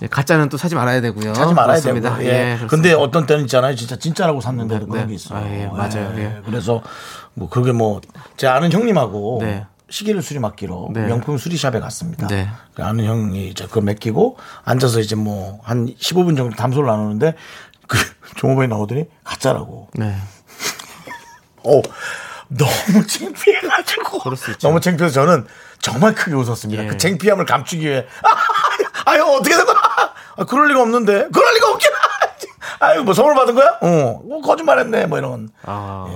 [SPEAKER 2] 네, 가짜는 또 사지 말아야 되고요.
[SPEAKER 1] 하지 말아야 되고.
[SPEAKER 2] 그렇습니다.
[SPEAKER 1] 예.
[SPEAKER 2] 그렇습니다.
[SPEAKER 1] 근데 어떤 때는 있잖아요. 진짜 진짜라고 샀는데
[SPEAKER 2] 네,
[SPEAKER 1] 그런
[SPEAKER 2] 네.
[SPEAKER 1] 게 있어요.
[SPEAKER 2] 아, 예, 맞아요. 예.
[SPEAKER 1] 그래서 뭐 그게 뭐 제 아는 형님하고
[SPEAKER 2] 네.
[SPEAKER 1] 시계를 수리맡기로
[SPEAKER 2] 네.
[SPEAKER 1] 명품 수리샵에 갔습니다.
[SPEAKER 2] 네.
[SPEAKER 1] 그 아는 형이 이제 그거 맡기고 앉아서 이제 뭐 한 15분 정도 담소를 나누는데 그 [LAUGHS] 종업원이 나오더니 가짜라고.
[SPEAKER 2] 네.
[SPEAKER 1] 어 너무 [LAUGHS] 창피해가지고
[SPEAKER 2] 그럴 수 있죠.
[SPEAKER 1] 너무 창피해서 저는 정말 크게 웃었습니다.
[SPEAKER 2] 예.
[SPEAKER 1] 그 창피함을 감추기 위해 아, 아유 어떻게 된 거야? 아, 그럴 리가 없는데 그럴 리가 없긴 아유 뭐 선물 받은 거야? 어 뭐, 거짓말했네 뭐 이런
[SPEAKER 2] 아,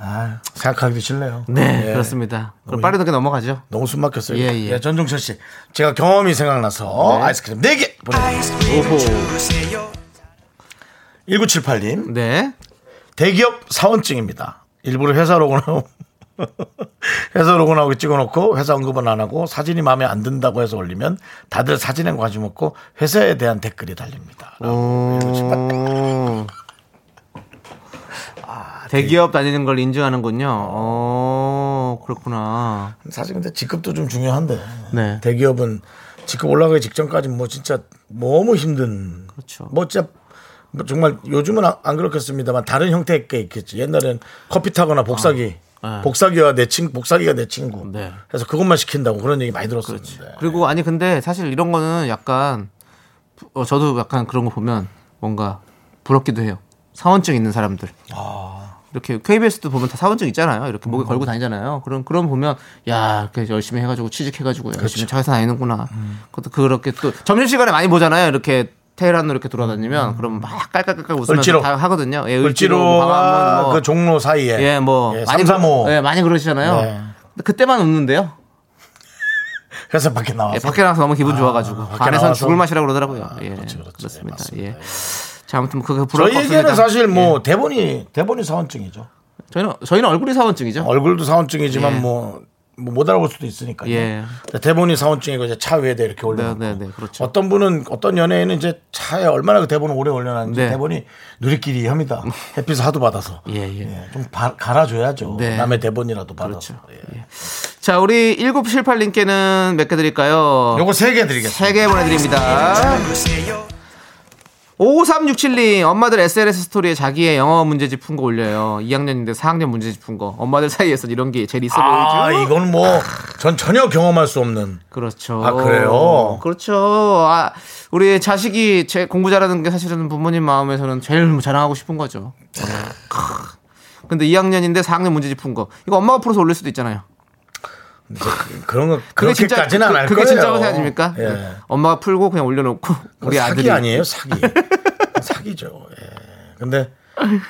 [SPEAKER 1] 아 생각하기도 싫네요.
[SPEAKER 2] 네
[SPEAKER 1] 예.
[SPEAKER 2] 그렇습니다. 그럼 빠르게 넘어가죠.
[SPEAKER 1] 너무 숨 막혔어요.
[SPEAKER 2] 예, 예.
[SPEAKER 1] 전종철 씨 제가 경험이 생각나서 아이스크림 4개 보내드립니다.
[SPEAKER 2] 오호.
[SPEAKER 1] 1978님
[SPEAKER 2] 네.
[SPEAKER 1] 대기업 사원증입니다. 일부러 회사 로고나 [LAUGHS] 회사 로고나 하고 찍어놓고 회사 언급은 안 하고 사진이 마음에 안 든다고 해서 올리면 다들 사진에 관심 없고 회사에 대한 댓글이 달립니다.
[SPEAKER 2] 아, 오. 아, 대기업 다니는 걸 인증하는군요. 어, 그렇구나.
[SPEAKER 1] 사실 근데 직급도 좀 중요한데
[SPEAKER 2] 네.
[SPEAKER 1] 대기업은 직급 올라가기 직전까지 뭐 진짜 너무 힘든
[SPEAKER 2] 그렇죠.
[SPEAKER 1] 뭐 진짜 뭐 정말 요즘은 안- 안 그렇겠습니다만 다른 형태의 게 있겠지. 옛날엔 커피 타거나 복사기.
[SPEAKER 2] 아, 네.
[SPEAKER 1] 복사기와 내 친구, 복사기가 내 친구.
[SPEAKER 2] 네.
[SPEAKER 1] 그래서 그것만 시킨다고 그런 얘기 많이 들었었는데.
[SPEAKER 2] 그리고 아니 근데 사실 이런 거는 약간 어, 저도 약간 그런 거 보면 뭔가 부럽기도 해요. 사원증 있는 사람들.
[SPEAKER 1] 아.
[SPEAKER 2] 이렇게 KBS도 보면 다 사원증 있잖아요.
[SPEAKER 1] 음.
[SPEAKER 2] 이렇게 목에 걸고 다니잖아요. 그런 그런 보면 야 이렇게 열심히 해가지고 취직해가지고
[SPEAKER 1] 그렇죠.
[SPEAKER 2] 열심히 회사 다니는구나.
[SPEAKER 1] 음.
[SPEAKER 2] 그것도 그렇게 또 점심 시간에 많이 보잖아요. 이렇게 테헤란으로 이렇게 돌아다니면 그럼 막 깔깔깔깔 웃으면서
[SPEAKER 1] 음. 을지로.
[SPEAKER 2] 다 하거든요. 예, 을지로,
[SPEAKER 1] 을지로와
[SPEAKER 2] 광화문 뭐.
[SPEAKER 1] 그 종로 사이에
[SPEAKER 2] 예, 뭐
[SPEAKER 1] 예,
[SPEAKER 2] 많이
[SPEAKER 1] 삼삼오.
[SPEAKER 2] 그러- 예, 많이 그러시잖아요.
[SPEAKER 1] 네.
[SPEAKER 2] 근데 그때만 웃는데요.
[SPEAKER 1] 회사 밖에
[SPEAKER 2] 예,
[SPEAKER 1] 나와서
[SPEAKER 2] 밖에 나가서 너무 기분 좋아가지고
[SPEAKER 1] 밖에
[SPEAKER 2] 안에서는
[SPEAKER 1] 나와서.
[SPEAKER 2] 죽을 맛이라고 그러더라고요. 예,
[SPEAKER 1] 그렇죠,
[SPEAKER 2] 그렇죠,
[SPEAKER 1] 그렇죠.
[SPEAKER 2] 습니다
[SPEAKER 1] 예,
[SPEAKER 2] 예. 자, 아무튼 그 부러울 거 없습니다.
[SPEAKER 1] 저희에게는 사실
[SPEAKER 2] 예.
[SPEAKER 1] 뭐 대본이 대본이 사원증이죠.
[SPEAKER 2] 저희는 저희는 얼굴이 사원증이죠.
[SPEAKER 1] 얼굴도 사원증이지만
[SPEAKER 2] 예.
[SPEAKER 1] 뭐. 뭐못 알아볼 수도 있으니까요.
[SPEAKER 2] 예.
[SPEAKER 1] 근데 대본이 사원증이고 이제 차 위에다 이렇게 올려.
[SPEAKER 2] 네, 네, 네, 그렇죠.
[SPEAKER 1] 어떤 분은 어떤 연예인은 이제 차에 얼마나 그 대본을 오래 올려놨는지
[SPEAKER 2] 네.
[SPEAKER 1] 대본이 누리끼리 혐이다. 햇빛 하도 받아서.
[SPEAKER 2] [LAUGHS] 예, 예.
[SPEAKER 1] 좀 바- 갈아줘야죠.
[SPEAKER 2] 네. 그렇죠.
[SPEAKER 1] 남의 대본이라도 받아서. 그
[SPEAKER 2] 자, 우리 1978님께는 몇 개 드릴까요?
[SPEAKER 1] 요거 세 개 드리겠습니다.
[SPEAKER 2] 세 개 보내드립니다. 5367님, 엄마들 SNS 스토리에 자기의 영어 문제집 푼 거 올려요. 2학년인데 4학년 문제집 푼 거. 엄마들 사이에서는 이런 게 제일 있어 보이죠?
[SPEAKER 1] 아, 이건 뭐 전 전혀 경험할 수 없는
[SPEAKER 2] 그렇죠.
[SPEAKER 1] 아, 그래요?
[SPEAKER 2] 그렇죠. 아, 우리 자식이 제 공부 잘하는 게 사실은 부모님 마음에서는 제일 자랑하고 싶은 거죠. 네. 크. 근데 2학년인데 4학년 문제집 푼 거. 이거 엄마가 풀어서 올릴 수도 있잖아요.
[SPEAKER 1] 그런 거
[SPEAKER 2] 그게 진짜-
[SPEAKER 1] 그렇게까지는 안 할
[SPEAKER 2] 그-
[SPEAKER 1] 거예요.
[SPEAKER 2] 그게 진짜고 생각합니까?
[SPEAKER 1] 예.
[SPEAKER 2] 네. 엄마가 풀고 그냥 올려놓고 우리
[SPEAKER 1] 사기
[SPEAKER 2] 아들이
[SPEAKER 1] 아니에요 사기 사기죠 예 근데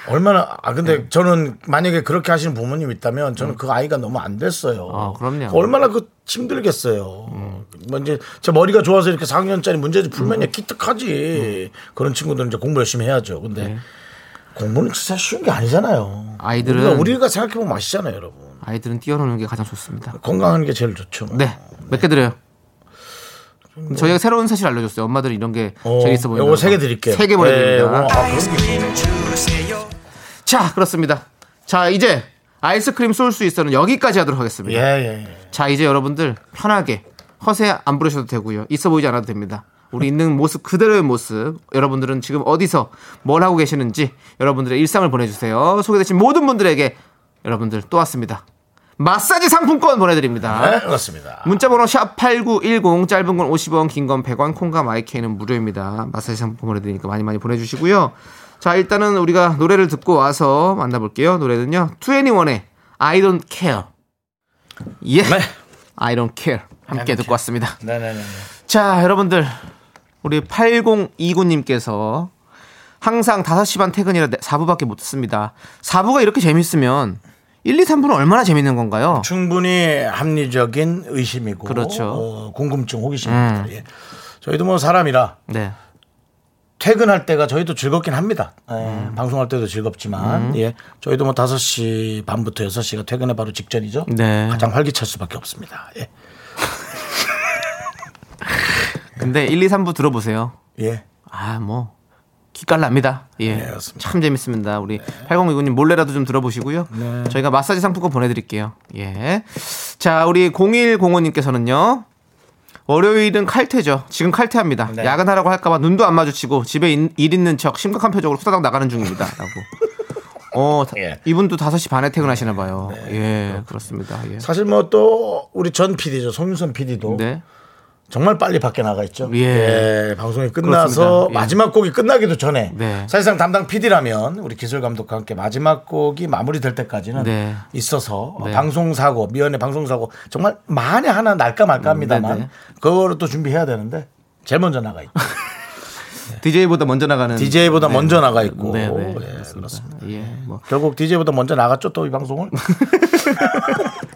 [SPEAKER 1] 얼마나 아
[SPEAKER 2] 예.
[SPEAKER 1] 근데 저는 만약에 그렇게 하시는 부모님 있다면 저는 그 아이가 너무 안 됐어요
[SPEAKER 2] 음. 아, 그럼요. 음.
[SPEAKER 1] 얼마나 그 힘들겠어요 뭐 이제 제 머리가 좋아서 이렇게 4학년짜리 문제집 풀면 야 기특하지
[SPEAKER 2] 음.
[SPEAKER 1] 그런 친구들은 이제 공부 열심히 해야죠 근데 공부는 진짜 쉬운 게 아니잖아요
[SPEAKER 2] 네. 아이들은-
[SPEAKER 1] 우리가, 우리가 생각해보면 맛있잖아요 여러분
[SPEAKER 2] 아이들은 뛰어노는 게 가장 좋습니다.
[SPEAKER 1] 건강한 게 제일 좋죠
[SPEAKER 2] 네, 몇 개 드려요? 근데 저희가 새로운 사실 알려줬어요. 엄마들은 이런 게
[SPEAKER 1] 어,
[SPEAKER 2] 재밌어 보인다.
[SPEAKER 1] 요거 세개 드릴게요.
[SPEAKER 2] 세개 보내드립니다.
[SPEAKER 1] 예, 와, 아,
[SPEAKER 2] 자, 그렇습니다. 자, 이제 아이스크림 쏠 수 있어는 여기까지 하도록 하겠습니다.
[SPEAKER 1] 예, 예.
[SPEAKER 2] 자, 이제 여러분들 편하게 허세 안 부르셔도 되고요. 있어 보이지 않아도 됩니다. 우리 있는 모습 그대로의 모습. 여러분들은 지금 어디서 뭘 하고 계시는지 여러분들의 일상을 보내주세요. 소개되신 모든 분들에게 여러분들 또 왔습니다. 마사지 상품권 보내드립니다.
[SPEAKER 1] 네, 그렇습니다.
[SPEAKER 2] 문자번호 샵8910 짧은 건 50원 긴 건 100원 콩과 마이크는 무료입니다 마사지 상품 보내드리니까 많이 많이 보내주시고요 자 일단은 우리가 노래를 듣고 와서 만나볼게요 노래는요 2NE1의 I don't care 예
[SPEAKER 1] 네.
[SPEAKER 2] I don't care 함께 듣고 왔습니다
[SPEAKER 1] 네네네.
[SPEAKER 2] 자 여러분들 우리 8029님께서 항상 5시 반 퇴근이라 4부밖에 못 듣습니다 4부가 이렇게 재밌으면 1, 2, 3부는 얼마나 재밌는 건가요?
[SPEAKER 1] 충분히 합리적인 의심이고
[SPEAKER 2] 그렇죠. 음.
[SPEAKER 1] 어, 궁금증, 호기심입니다. 예. 저희도 뭐 사람이라
[SPEAKER 2] 네
[SPEAKER 1] 퇴근할 때가 저희도 즐겁긴 합니다. 예,
[SPEAKER 2] 음.
[SPEAKER 1] 방송할 때도 즐겁지만 예. 저희도 뭐 5시 반부터 6시가 퇴근에 바로 직전이죠.
[SPEAKER 2] 네.
[SPEAKER 1] 가장 활기찰 수밖에 없습니다. 예.
[SPEAKER 2] 근데 1, 2, 3부 들어보세요.
[SPEAKER 1] 예.
[SPEAKER 2] 아, 뭐. 기깔납니다. 예.
[SPEAKER 1] 그렇습니다. 네.
[SPEAKER 2] 참 재밌습니다. 우리 8029님 몰래라도 좀 들어보시고요. 저희가 마사지 상품권 보내드릴게요. 예. 자, 우리 0105님께서는요. 월요일은 칼퇴죠. 지금 칼퇴합니다.
[SPEAKER 1] 네.
[SPEAKER 2] 야근하라고 할까봐 눈도 안 마주치고 집에 인- 일 있는 척 심각한 표정으로 후다닥 나가는 중입니다. 라고. 어, 다-
[SPEAKER 1] 예. 네.
[SPEAKER 2] 이분도 5시 반에 퇴근하시나 봐요. 예, 그렇습니다. 예.
[SPEAKER 1] 사실 뭐 또 우리 전 PD죠. 송윤선 PD도
[SPEAKER 2] 네.
[SPEAKER 1] 정말 빨리 밖에 나가 있죠.
[SPEAKER 2] 예.
[SPEAKER 1] 예, 방송이 끝나서
[SPEAKER 2] 그렇습니다. 예.
[SPEAKER 1] 마지막 곡이 끝나기도 전에
[SPEAKER 2] 네.
[SPEAKER 1] 사실상 담당 PD라면 우리 기술 감독과 함께 마지막 곡이 마무리될 때까지는
[SPEAKER 2] 네.
[SPEAKER 1] 있어서
[SPEAKER 2] 네.
[SPEAKER 1] 방송 사고 미연의 방송 사고 정말 만에 하나 날까 말까합니다만
[SPEAKER 2] 음, 네네.
[SPEAKER 1] 그거를 또 준비해야 되는데 제일 먼저 나가
[SPEAKER 2] [LAUGHS]
[SPEAKER 1] 있고
[SPEAKER 2] DJ보다 먼저 나가는.
[SPEAKER 1] DJ보다
[SPEAKER 2] 네.
[SPEAKER 1] 네. 먼저 나가 있고
[SPEAKER 2] 네, 네.
[SPEAKER 1] 예,
[SPEAKER 2] 그렇습니다.
[SPEAKER 1] 그렇습니다.
[SPEAKER 2] 예, 뭐.
[SPEAKER 1] 결국 DJ보다 먼저 나갔죠 또 이
[SPEAKER 2] [LAUGHS]
[SPEAKER 1] 방송을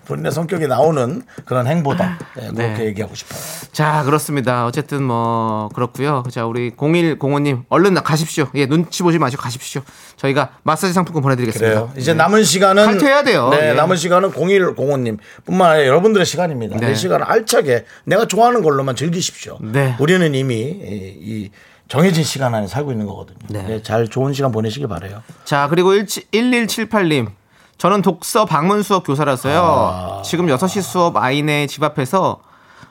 [SPEAKER 1] 본인의 성격이 나오는 그런 행보다 예, 그렇게
[SPEAKER 2] 네.
[SPEAKER 1] 얘기하고 싶어요.
[SPEAKER 2] 자 그렇습니다 어쨌든 뭐 그렇고요 자 우리 0105님 얼른 나 가십시오 예 눈치 보지 마시고 가십시오 저희가 마사지 상품권 보내드리겠습니다 음.
[SPEAKER 1] 그래요. 이제 남은 시간은
[SPEAKER 2] 네. 칼퇴해야 돼요.
[SPEAKER 1] 네,
[SPEAKER 2] 예.
[SPEAKER 1] 남은 시간은 0105님 뿐만 아니라 여러분들의 시간입니다.
[SPEAKER 2] 네.
[SPEAKER 1] 이 시간을 알차게 내가 좋아하는 걸로만 즐기십시오.
[SPEAKER 2] 네.
[SPEAKER 1] 우리는 이미 이, 이 정해진 시간 안에 살고 있는 거거든요.
[SPEAKER 2] 네.
[SPEAKER 1] 네, 잘 좋은 시간 보내시길 바래요.
[SPEAKER 2] 자 그리고 17, 1178님 저는 독서 방문 수업 교사라서요
[SPEAKER 1] 아.
[SPEAKER 2] 지금 6시 수업 아이네 집 앞에서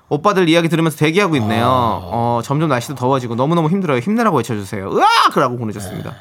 [SPEAKER 2] 오빠들 이야기 들으면서 대기하고 있네요
[SPEAKER 1] 아.
[SPEAKER 2] 어, 점점 날씨도 더워지고 너무너무 힘들어요 힘내라고 외쳐주세요 으악 그라고 보내줬습니다
[SPEAKER 1] 네.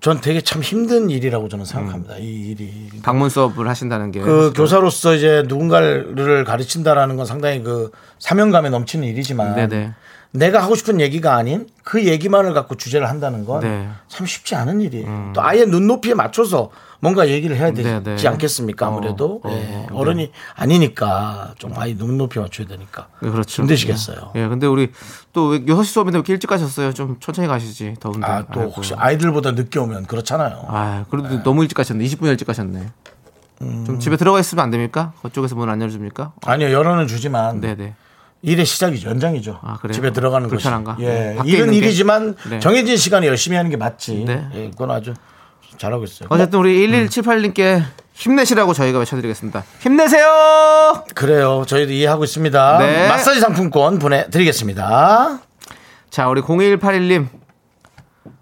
[SPEAKER 1] 전 되게 참 힘든 일이라고 저는 생각합니다.
[SPEAKER 2] 음.
[SPEAKER 1] 이 일이
[SPEAKER 2] 방문 수업을 하신다는 게
[SPEAKER 1] 그 교사로서 이제 누군가를 가르친다라는 건 상당히 그 사명감에 넘치는 일이지만
[SPEAKER 2] 네네.
[SPEAKER 1] 내가 하고 싶은 얘기가 아닌 그 얘기만을 갖고 주제를 한다는 건 참
[SPEAKER 2] 네. 음.
[SPEAKER 1] 쉽지 않은 일이에요. 또 아예 눈높이에 맞춰서 뭔가 얘기를 해야 되지
[SPEAKER 2] 네네.
[SPEAKER 1] 않겠습니까? 아무래도
[SPEAKER 2] 어,
[SPEAKER 1] 어,
[SPEAKER 2] 어,
[SPEAKER 1] 른이 아니니까 좀 아예 눈높이 맞춰야 되니까
[SPEAKER 2] 네, 그렇죠.
[SPEAKER 1] 힘드시겠어요.
[SPEAKER 2] 예, 예, 근데 우리 또 6시 수업인데 왜 이렇게 일찍 가셨어요? 좀 천천히 가시지, 더운데.
[SPEAKER 1] 아 또
[SPEAKER 2] 아이고.
[SPEAKER 1] 혹시 아이들보다 늦게 오면 그렇잖아요.
[SPEAKER 2] 아, 그래도 너무 일찍 가셨네. 20분 일찍 가셨네. 좀 집에 들어가 있으면 안 됩니까? 그쪽에서 문 안 열어줍니까?
[SPEAKER 1] 아니요 열어는 주지만
[SPEAKER 2] 네네.
[SPEAKER 1] 일의 시작이죠. 연장이죠.
[SPEAKER 2] 아, 그래요?
[SPEAKER 1] 집에 들어가는 것이.
[SPEAKER 2] 불편한가?
[SPEAKER 1] 예.
[SPEAKER 2] 네, 밖에
[SPEAKER 1] 일은
[SPEAKER 2] 있는 게.
[SPEAKER 1] 일이지만
[SPEAKER 2] 네.
[SPEAKER 1] 정해진 시간에 열심히 하는 게 맞지.
[SPEAKER 2] 네.
[SPEAKER 1] 예, 그건 아주 잘하고 있어요.
[SPEAKER 2] 어쨌든 우리 1178님께 힘내시라고 저희가 외쳐드리겠습니다. 힘내세요!
[SPEAKER 1] 그래요. 저희도 이해하고 있습니다.
[SPEAKER 2] 네.
[SPEAKER 1] 마사지 상품권 보내드리겠습니다.
[SPEAKER 2] 자, 우리 0181님.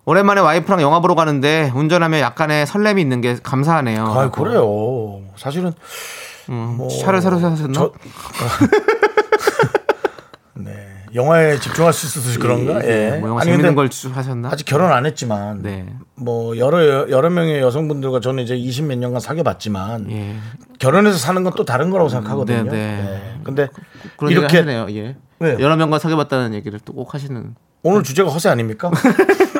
[SPEAKER 2] 오랜만에 와이프랑 영화 보러 가는데 운전하며 약간의 설렘이 있는 게 감사하네요.
[SPEAKER 1] 아, 그래요. 사실은 뭐
[SPEAKER 2] 음, 차를 새로 사셨나?
[SPEAKER 1] 저- [LAUGHS] 네. 영화에 집중할 수 있어서 그런가? 예.
[SPEAKER 2] 뭐 영화
[SPEAKER 1] 아니,
[SPEAKER 2] 재밌는
[SPEAKER 1] 근데
[SPEAKER 2] 걸 주- 하셨나?
[SPEAKER 1] 아직 결혼 안 했지만
[SPEAKER 2] 네.
[SPEAKER 1] 뭐 여러 여러 명의 여성분들과 저는 이제 20 몇 년간 사귀어 봤지만
[SPEAKER 2] 예.
[SPEAKER 1] 결혼해서 사는 건 또 다른 거라고 생각하거든요.
[SPEAKER 2] 네, 네.
[SPEAKER 1] 예. 근데
[SPEAKER 2] 그런 얘기를
[SPEAKER 1] 이렇게
[SPEAKER 2] 하시네요. 예.
[SPEAKER 1] 왜요?
[SPEAKER 2] 여러 명과 사귀어봤다는 얘기를 또 꼭 하시는.
[SPEAKER 1] 오늘 주제가 허세
[SPEAKER 2] [LAUGHS]
[SPEAKER 1] 아닙니까?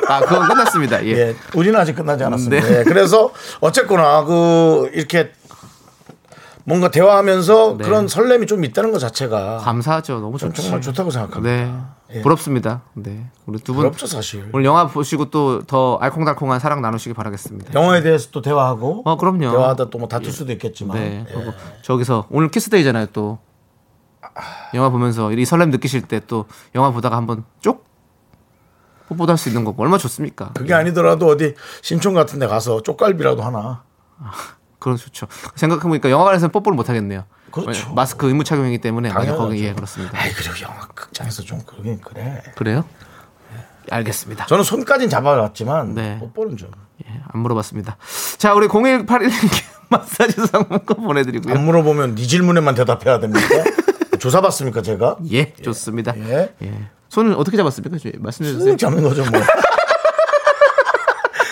[SPEAKER 2] 아 그건 끝났습니다. 예.
[SPEAKER 1] [LAUGHS] 예, 우리는 아직 끝나지 않았습니다.
[SPEAKER 2] 네.
[SPEAKER 1] 예, 그래서 어쨌거나 그 이렇게 뭔가 대화하면서
[SPEAKER 2] 네.
[SPEAKER 1] 그런 설렘이 좀 있다는 것 자체가
[SPEAKER 2] 감사하죠. 너무 좋죠.
[SPEAKER 1] 정말 좋다고 생각합니다.
[SPEAKER 2] 네.
[SPEAKER 1] 예.
[SPEAKER 2] 부럽습니다. 네. 우리 두 분
[SPEAKER 1] 부럽죠 사실.
[SPEAKER 2] 오늘 영화 보시고 또 더 알콩달콩한 사랑 나누시기 바라겠습니다.
[SPEAKER 1] 영화에 대해서 또 대화하고
[SPEAKER 2] 어, 그럼요.
[SPEAKER 1] 대화하다 또 뭐 다툴 수도 있겠지만
[SPEAKER 2] 네.
[SPEAKER 1] 예.
[SPEAKER 2] 그리고 저기서 오늘 키스데이잖아요. 또 영화 보면서 이 설렘 느끼실 때 또 영화 보다가 한번 쪽 뽀뽀도 할 수 있는 거고 얼마나 좋습니까?
[SPEAKER 1] 그게 아니더라도 어디 신촌 같은 데 가서 쪽갈비라도 하나
[SPEAKER 2] 그런 좋죠. 생각해보니까 영화관에서는 뽀뽀를 못 하겠네요.
[SPEAKER 1] 그렇죠.
[SPEAKER 2] 마스크 의무 착용이기 때문에 많이
[SPEAKER 1] 당연하죠.
[SPEAKER 2] 거기 예 그렇습니다.
[SPEAKER 1] 아이 그리고 영화 극장에서 좀 그러긴 그래.
[SPEAKER 2] 그래요? 알겠습니다.
[SPEAKER 1] 저는 손까진 잡아봤지만
[SPEAKER 2] 네.
[SPEAKER 1] 뽀뽀는 좀 안
[SPEAKER 2] 예, 안 물어봤습니다. 자, 우리 0181님께 [LAUGHS] 마사지 상품권 보내드리고요.
[SPEAKER 1] 물어보면 네 질문에만 대답해야
[SPEAKER 2] [LAUGHS]
[SPEAKER 1] 됩니까? 조사받습니까 제가?
[SPEAKER 2] 예, 좋습니다.
[SPEAKER 1] 예.
[SPEAKER 2] 예. 손을 어떻게 잡았습니까? 저- 말씀해 주세요.
[SPEAKER 1] 쓱 잡는 거죠 뭐. [LAUGHS]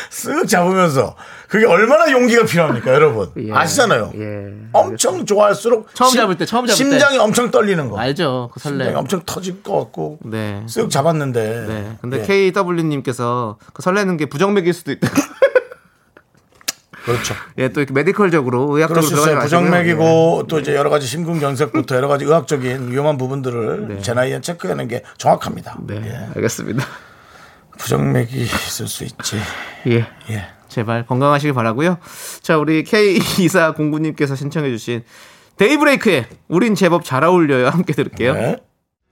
[SPEAKER 1] 쓱 잡으면서 그게 얼마나 용기가 필요합니까 여러분
[SPEAKER 2] 예.
[SPEAKER 1] 아시잖아요.
[SPEAKER 2] 예.
[SPEAKER 1] 엄청 좋아할수록
[SPEAKER 2] 처음 잡을 때, 처음 잡을 때.
[SPEAKER 1] 심장이 엄청 떨리는 거.
[SPEAKER 2] 알죠? 그 설렘.
[SPEAKER 1] 심장이 엄청 터질 것 같고
[SPEAKER 2] 네.
[SPEAKER 1] 쓱 잡았는데.
[SPEAKER 2] 네. 근데
[SPEAKER 1] 예.
[SPEAKER 2] KW님께서 그 설레는 게 부정맥일 수도 있다. [LAUGHS]
[SPEAKER 1] 그렇죠.
[SPEAKER 2] 예, 또 이렇게 메디컬적으로 의학적으로
[SPEAKER 1] 그럴 수 있어요.
[SPEAKER 2] 들어가지 마시고요. 네.
[SPEAKER 1] 부정맥이고 또 이제 여러 가지 심근경색부터 여러 가지 의학적인 위험한 부분들을 제 나이에 체크하는 게 정확합니다.
[SPEAKER 2] 예. 네,
[SPEAKER 1] 예.
[SPEAKER 2] 알겠습니다.
[SPEAKER 1] 부정맥이 있을 수 있지.
[SPEAKER 2] 예.
[SPEAKER 1] 예.
[SPEAKER 2] 제발 건강하시길 바라고요. 자, 우리 K2409님께서 신청해주신 데이브레이크의 우린 제법 잘 어울려요. 함께 들을게요.
[SPEAKER 1] 네.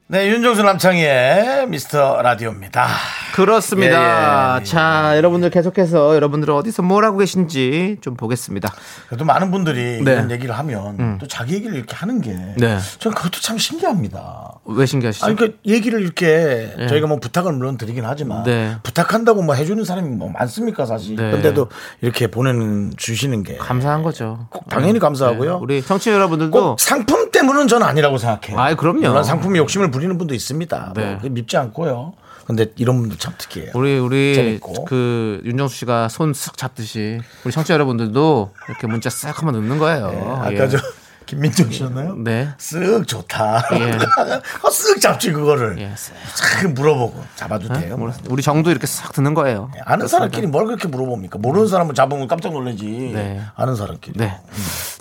[SPEAKER 1] 네, 윤정수 남창희의 미스터 라디오입니다.
[SPEAKER 2] 그렇습니다.
[SPEAKER 1] 예, 예.
[SPEAKER 2] 자, 여러분들 계속해서 여러분들은 어디서 뭘 하고 계신지 좀 보겠습니다.
[SPEAKER 1] 그래도 많은 분들이
[SPEAKER 2] 네.
[SPEAKER 1] 이런 얘기를 하면 또 자기 얘기를 이렇게 하는 게
[SPEAKER 2] 네.
[SPEAKER 1] 저는 그것도 참 신기합니다.
[SPEAKER 2] 왜 신기하시죠?
[SPEAKER 1] 아니 그러니까 얘기를 이렇게 저희가 뭐 부탁을 물론 드리긴 하지만
[SPEAKER 2] 예. 네.
[SPEAKER 1] 부탁한다고 뭐 해주는 사람이 뭐 많습니까 사실.
[SPEAKER 2] 네.
[SPEAKER 1] 근데도 이렇게 보내는 주시는 게
[SPEAKER 2] 감사한 거죠.
[SPEAKER 1] 꼭 당연히 감사하고요.
[SPEAKER 2] 네, 우리 청취자 여러분들도
[SPEAKER 1] 꼭 상품 때문은 전 아니라고 생각해요.
[SPEAKER 2] 아이, 그럼요.
[SPEAKER 1] 물론 상품에 욕심을 부리는 분도 있습니다.
[SPEAKER 2] 네.
[SPEAKER 1] 뭐 그게 밉지 않고요. 근데 이런 분도 참 특이해요.
[SPEAKER 2] 우리 우리
[SPEAKER 1] 재밌고.
[SPEAKER 2] 그 윤정수 씨가 손 쓱 잡듯이 우리 청취자 여러분들도 이렇게 문자 쓱 한번 넣는 거예요.
[SPEAKER 1] 아까
[SPEAKER 2] 예.
[SPEAKER 1] 저 [LAUGHS] 김민정 씨였나요?
[SPEAKER 2] 네.
[SPEAKER 1] 쓱 좋다.
[SPEAKER 2] 예.
[SPEAKER 1] [LAUGHS] 어, 쓱 잡지 그거를.
[SPEAKER 2] 예, 쓱.
[SPEAKER 1] 싹 물어보고 잡아도 돼요. 뭐.
[SPEAKER 2] 몰라. 우리 정도 이렇게 싹 듣는 거예요.
[SPEAKER 1] 아는 사람끼리 뭘 그렇게 물어봅니까? 모르는 사람은 잡으면 깜짝 놀라지.
[SPEAKER 2] 네.
[SPEAKER 1] 아는 사람끼리.
[SPEAKER 2] 네.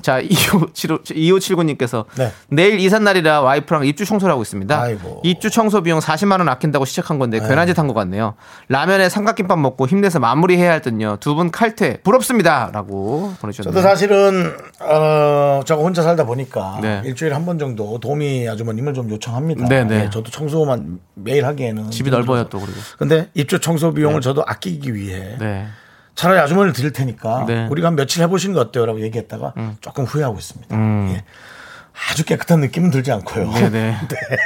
[SPEAKER 2] 자, 2579님께서
[SPEAKER 1] 네.
[SPEAKER 2] 내일 이삿날이라 와이프랑 입주 청소를 하고 있습니다.
[SPEAKER 1] 아이고.
[SPEAKER 2] 입주 청소 비용 40만 원 아낀다고 시작한 건데 괜한 짓 한 것 같네요. 라면에 삼각김밥 먹고 힘내서 마무리해야 할 듯요. 두 분 칼퇴 부럽습니다라고 보내주셨네요.
[SPEAKER 1] 저도 사실은 어 저거 혼자 살다 보니까
[SPEAKER 2] 네.
[SPEAKER 1] 일주일에 한 번 정도 도미 아주머님을 좀 요청합니다.
[SPEAKER 2] 네, 네.
[SPEAKER 1] 예, 저도 청소만 매일 하기에는
[SPEAKER 2] 집이
[SPEAKER 1] 좀
[SPEAKER 2] 넓어요
[SPEAKER 1] 힘들어서.
[SPEAKER 2] 또 그리고.
[SPEAKER 1] 근데 입주 청소 비용을 저도 아끼기 위해
[SPEAKER 2] 네.
[SPEAKER 1] 차라리 아주머니를 드릴 테니까
[SPEAKER 2] 네. 음.
[SPEAKER 1] 우리가 한 며칠 해보시는 거 어때요라고 얘기했다가 조금 후회하고 있습니다. 예. 아주 깨끗한 느낌은 들지 않고요.
[SPEAKER 2] 네네.
[SPEAKER 1] 네. [LAUGHS]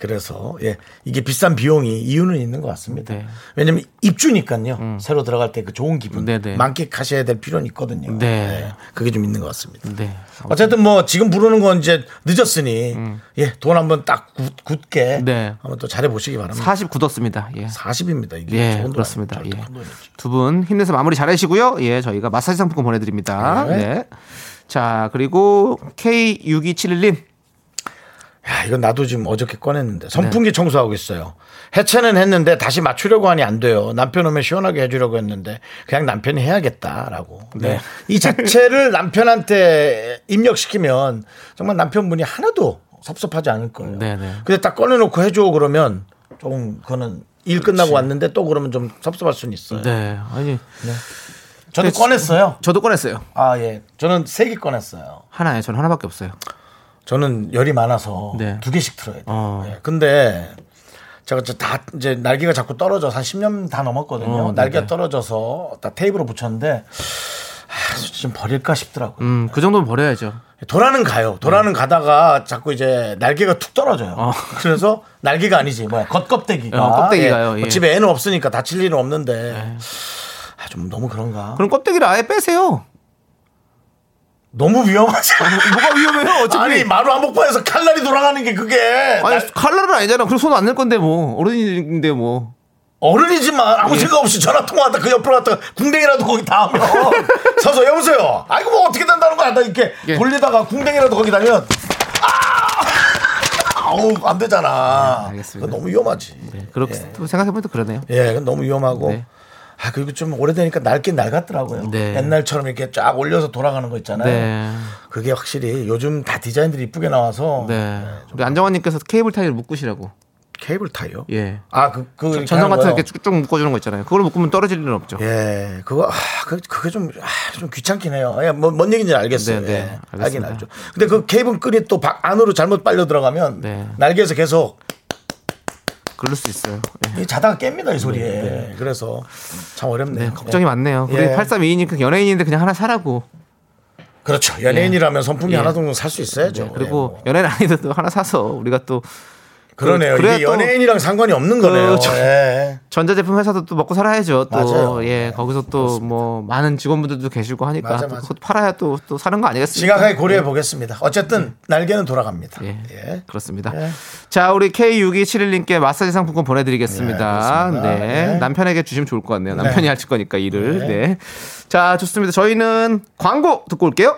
[SPEAKER 1] 그래서 예. 이게 비싼 비용이 이유는 있는 것 같습니다.
[SPEAKER 2] 네. 음.
[SPEAKER 1] 왜냐하면 입주니까요. 새로 들어갈 때 그 좋은 기분
[SPEAKER 2] 네네.
[SPEAKER 1] 만끽하셔야 될 필요는 있거든요.
[SPEAKER 2] 네.
[SPEAKER 1] 예. 그게 좀 있는 것 같습니다.
[SPEAKER 2] 네.
[SPEAKER 1] 어쨌든 뭐 지금 부르는 건 이제 늦었으니 예, 돈 한번 딱 굳, 굳게
[SPEAKER 2] 음. 네.
[SPEAKER 1] 한번 또 잘해 보시기 바랍니다.
[SPEAKER 2] 40 굳었습니다. 예.
[SPEAKER 1] 40입니다. 이게
[SPEAKER 2] 예,
[SPEAKER 1] 좋은 돈
[SPEAKER 2] 그렇습니다.
[SPEAKER 1] 아니죠.
[SPEAKER 2] 예.
[SPEAKER 1] 절대 큰 돈이죠.
[SPEAKER 2] 두 분 힘내서 마무리 잘하시고요. 예, 저희가 마사지 상품권 보내드립니다.
[SPEAKER 1] 네.
[SPEAKER 2] 네. 자, 그리고 K6271님.
[SPEAKER 1] 야, 이건 나도 지금 어저께 꺼냈는데
[SPEAKER 2] 네.
[SPEAKER 1] 선풍기 청소하고 있어요. 해체는 했는데 다시 맞추려고 하니 안 돼요. 남편 오면 시원하게 해주려고 했는데 그냥 남편이 해야겠다라고. 네. 이
[SPEAKER 2] [LAUGHS]
[SPEAKER 1] 자체를 남편한테 입력시키면 정말 남편분이 하나도 섭섭하지 않을 거예요.
[SPEAKER 2] 네, 네.
[SPEAKER 1] 근데 딱 꺼내놓고 해줘 그러면 조금 그거는 일 끝나고 왔는데 또 그러면 좀 섭섭할 수는 있어요.
[SPEAKER 2] 네. 아니,
[SPEAKER 1] 저도
[SPEAKER 2] 그치.
[SPEAKER 1] 꺼냈어요.
[SPEAKER 2] 저도 꺼냈어요.
[SPEAKER 1] 아 예, 저는 세 개 꺼냈어요.
[SPEAKER 2] 하나예요. 저는 하나밖에 없어요.
[SPEAKER 1] 저는 열이 많아서
[SPEAKER 2] 네.
[SPEAKER 1] 두 개씩 틀어야 돼요.
[SPEAKER 2] 어.
[SPEAKER 1] 예, 근데 제가 이제 다 이제 날개가 자꾸 떨어져 한 10년 다 넘었거든요.
[SPEAKER 2] 어,
[SPEAKER 1] 날개가
[SPEAKER 2] 네네.
[SPEAKER 1] 떨어져서 다 테이프로 붙였는데 아, 좀 버릴까 싶더라고요.
[SPEAKER 2] 음, 그 정도는 버려야죠.
[SPEAKER 1] 도라는 가요. 도라는 가다가 자꾸 이제 날개가 툭 떨어져요.
[SPEAKER 2] 네. 어.
[SPEAKER 1] 그래서 날개가 아니지 뭐야 겉껍데기가.
[SPEAKER 2] 어, 껍데기가요,
[SPEAKER 1] 뭐
[SPEAKER 2] 예. 네.
[SPEAKER 1] 집에 애는 없으니까 다칠 일은 없는데 아, 좀 너무 그런가.
[SPEAKER 2] 그럼 껍데기를 아예 빼세요.
[SPEAKER 1] 너무 위험하지.
[SPEAKER 2] 뭐가 위험해요? 어차피.
[SPEAKER 1] 아니 마루 한복판에서 칼날이 돌아가는 게 그게
[SPEAKER 2] 아니
[SPEAKER 1] 나-
[SPEAKER 2] 칼날은 아니잖아. 그럼 손 안 낼 건데 뭐 어른인데 뭐.
[SPEAKER 1] 어른이지만
[SPEAKER 2] 예.
[SPEAKER 1] 아무 생각 없이 전화 통화하다 그 옆으로 갔다 궁뎅이라도 거기 닿으면 [LAUGHS] 서서 여보세요. 아이고 뭐 어떻게 된다는 거야. 나 이렇게
[SPEAKER 2] 예.
[SPEAKER 1] 돌리다가 궁뎅이라도 거기 닿으면 아! 아우 안 되잖아.
[SPEAKER 2] 네, 알겠습니다.
[SPEAKER 1] 그거 너무 위험하지.
[SPEAKER 2] 그렇게
[SPEAKER 1] 네.
[SPEAKER 2] 또 생각해보니까 그러네요.
[SPEAKER 1] 예, 그건 너무 위험하고.
[SPEAKER 2] 네.
[SPEAKER 1] 아 그리고 좀 오래되니까 낡긴 낡았더라고요.
[SPEAKER 2] 네.
[SPEAKER 1] 옛날처럼 이렇게 쫙 올려서 돌아가는 거 있잖아요.
[SPEAKER 2] 네.
[SPEAKER 1] 그게 확실히 요즘 다 디자인들이 이쁘게 나와서
[SPEAKER 2] 네. 우리 안정환님께서 케이블 타이를 묶으시라고.
[SPEAKER 1] 케이블 타이요.
[SPEAKER 2] 예.
[SPEAKER 1] 아그 그
[SPEAKER 2] 전선 같은 거
[SPEAKER 1] 게
[SPEAKER 2] 이렇게 쭉쭉 묶어주는 거 있잖아요. 그걸 묶으면 떨어질 일은 없죠.
[SPEAKER 1] 예, 그거 아, 그, 그게 좀, 아, 좀 귀찮긴 해요. 예, 뭐, 뭔 얘기인지 알겠어요.
[SPEAKER 2] 네, 네,
[SPEAKER 1] 예, 알긴
[SPEAKER 2] 알겠습니다.
[SPEAKER 1] 알죠. 근데 그 케이블 끈이 또 밖- 안으로 잘못 빨려 들어가면
[SPEAKER 2] 네.
[SPEAKER 1] 날개에서 계속
[SPEAKER 2] 그럴 수 있어요. 예.
[SPEAKER 1] 이 자다가 깹니다 이 소리에. 그래서 참 어렵네요.
[SPEAKER 2] 네, 걱정이
[SPEAKER 1] 예.
[SPEAKER 2] 많네요. 우리
[SPEAKER 1] 예.
[SPEAKER 2] 8322님 연예인인데 그냥 하나 사라고.
[SPEAKER 1] 그렇죠. 연예인이라면 선풍기
[SPEAKER 2] 예.
[SPEAKER 1] 하나 정도 살 수 있어야죠.
[SPEAKER 2] 네,
[SPEAKER 1] 예,
[SPEAKER 2] 그리고
[SPEAKER 1] 뭐.
[SPEAKER 2] 연예인 아니더라도 하나 사서 우리가 또
[SPEAKER 1] 그러네요.
[SPEAKER 2] 그래야
[SPEAKER 1] 이게
[SPEAKER 2] 또-
[SPEAKER 1] 연예인이랑 상관이 없는 거네요.
[SPEAKER 2] 그렇죠.
[SPEAKER 1] 예.
[SPEAKER 2] 전자제품 회사도 또 먹고 살아야죠. 또
[SPEAKER 1] 맞아요. 네,
[SPEAKER 2] 예, 거기서 또 뭐 많은 직원분들도 계시고 하니까
[SPEAKER 1] 맞아,
[SPEAKER 2] 또
[SPEAKER 1] 맞아.
[SPEAKER 2] 그것도 팔아야 또 또 사는 거 아니겠습니까?
[SPEAKER 1] 심각하게 고려해 보겠습니다. 어쨌든 날개는 돌아갑니다.
[SPEAKER 2] 네. 예.
[SPEAKER 1] 예.
[SPEAKER 2] 그렇습니다.
[SPEAKER 1] 예.
[SPEAKER 2] 자, 우리 K6271님께 마사지 상품권 보내드리겠습니다.
[SPEAKER 1] 예,
[SPEAKER 2] 네.
[SPEAKER 1] 그렇습니다. 예.
[SPEAKER 2] 남편에게 주시면 좋을 것 같네요. 남편이 할 거니까 일을. 네. 자, 좋습니다. 저희는 광고 듣고 올게요.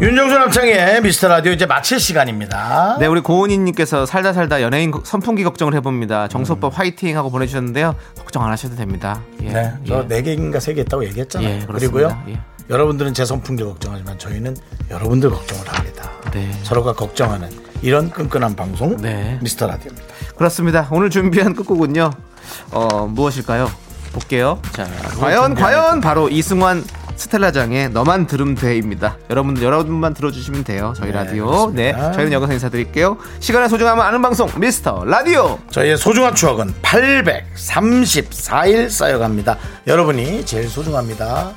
[SPEAKER 1] 윤정수 남창의 미스터 라디오 이제 마칠 시간입니다.
[SPEAKER 2] 네, 우리 고은희님께서 살다 살다 연예인 거- 선풍기 걱정을 해봅니다. 정수오빠 화이팅 하고 보내주셨는데요. 걱정 안 하셔도 됩니다. 예.
[SPEAKER 1] 음. 네,
[SPEAKER 2] 예.
[SPEAKER 1] 저네 개인가 세 개 있다고 얘기했잖아요.
[SPEAKER 2] 예, 그렇습니다.
[SPEAKER 1] 그리고요,
[SPEAKER 2] 예.
[SPEAKER 1] 여러분들은 제 선풍기 걱정하지만 저희는 여러분들 걱정을 합니다.
[SPEAKER 2] 네.
[SPEAKER 1] 서로가 걱정하는 이런 끈끈한 방송
[SPEAKER 2] 네.
[SPEAKER 1] 미스터 라디오입니다.
[SPEAKER 2] 그렇습니다. 오늘 준비한 끝곡은요. 어, 무엇일까요? 볼게요. 자, 과연 과연 바로 이승환 스텔라장의 너만 들음 돼입니다. 여러분들 여러분만 들어주시면 돼요. 저희 라디오.
[SPEAKER 1] 그렇습니다.
[SPEAKER 2] 네, 저희는 여기서 인사드릴게요. 시간의 소중함을 아는 방송 미스터 라디오.
[SPEAKER 1] 저희의 소중한 추억은 834일 쌓여갑니다. 여러분이 제일 소중합니다.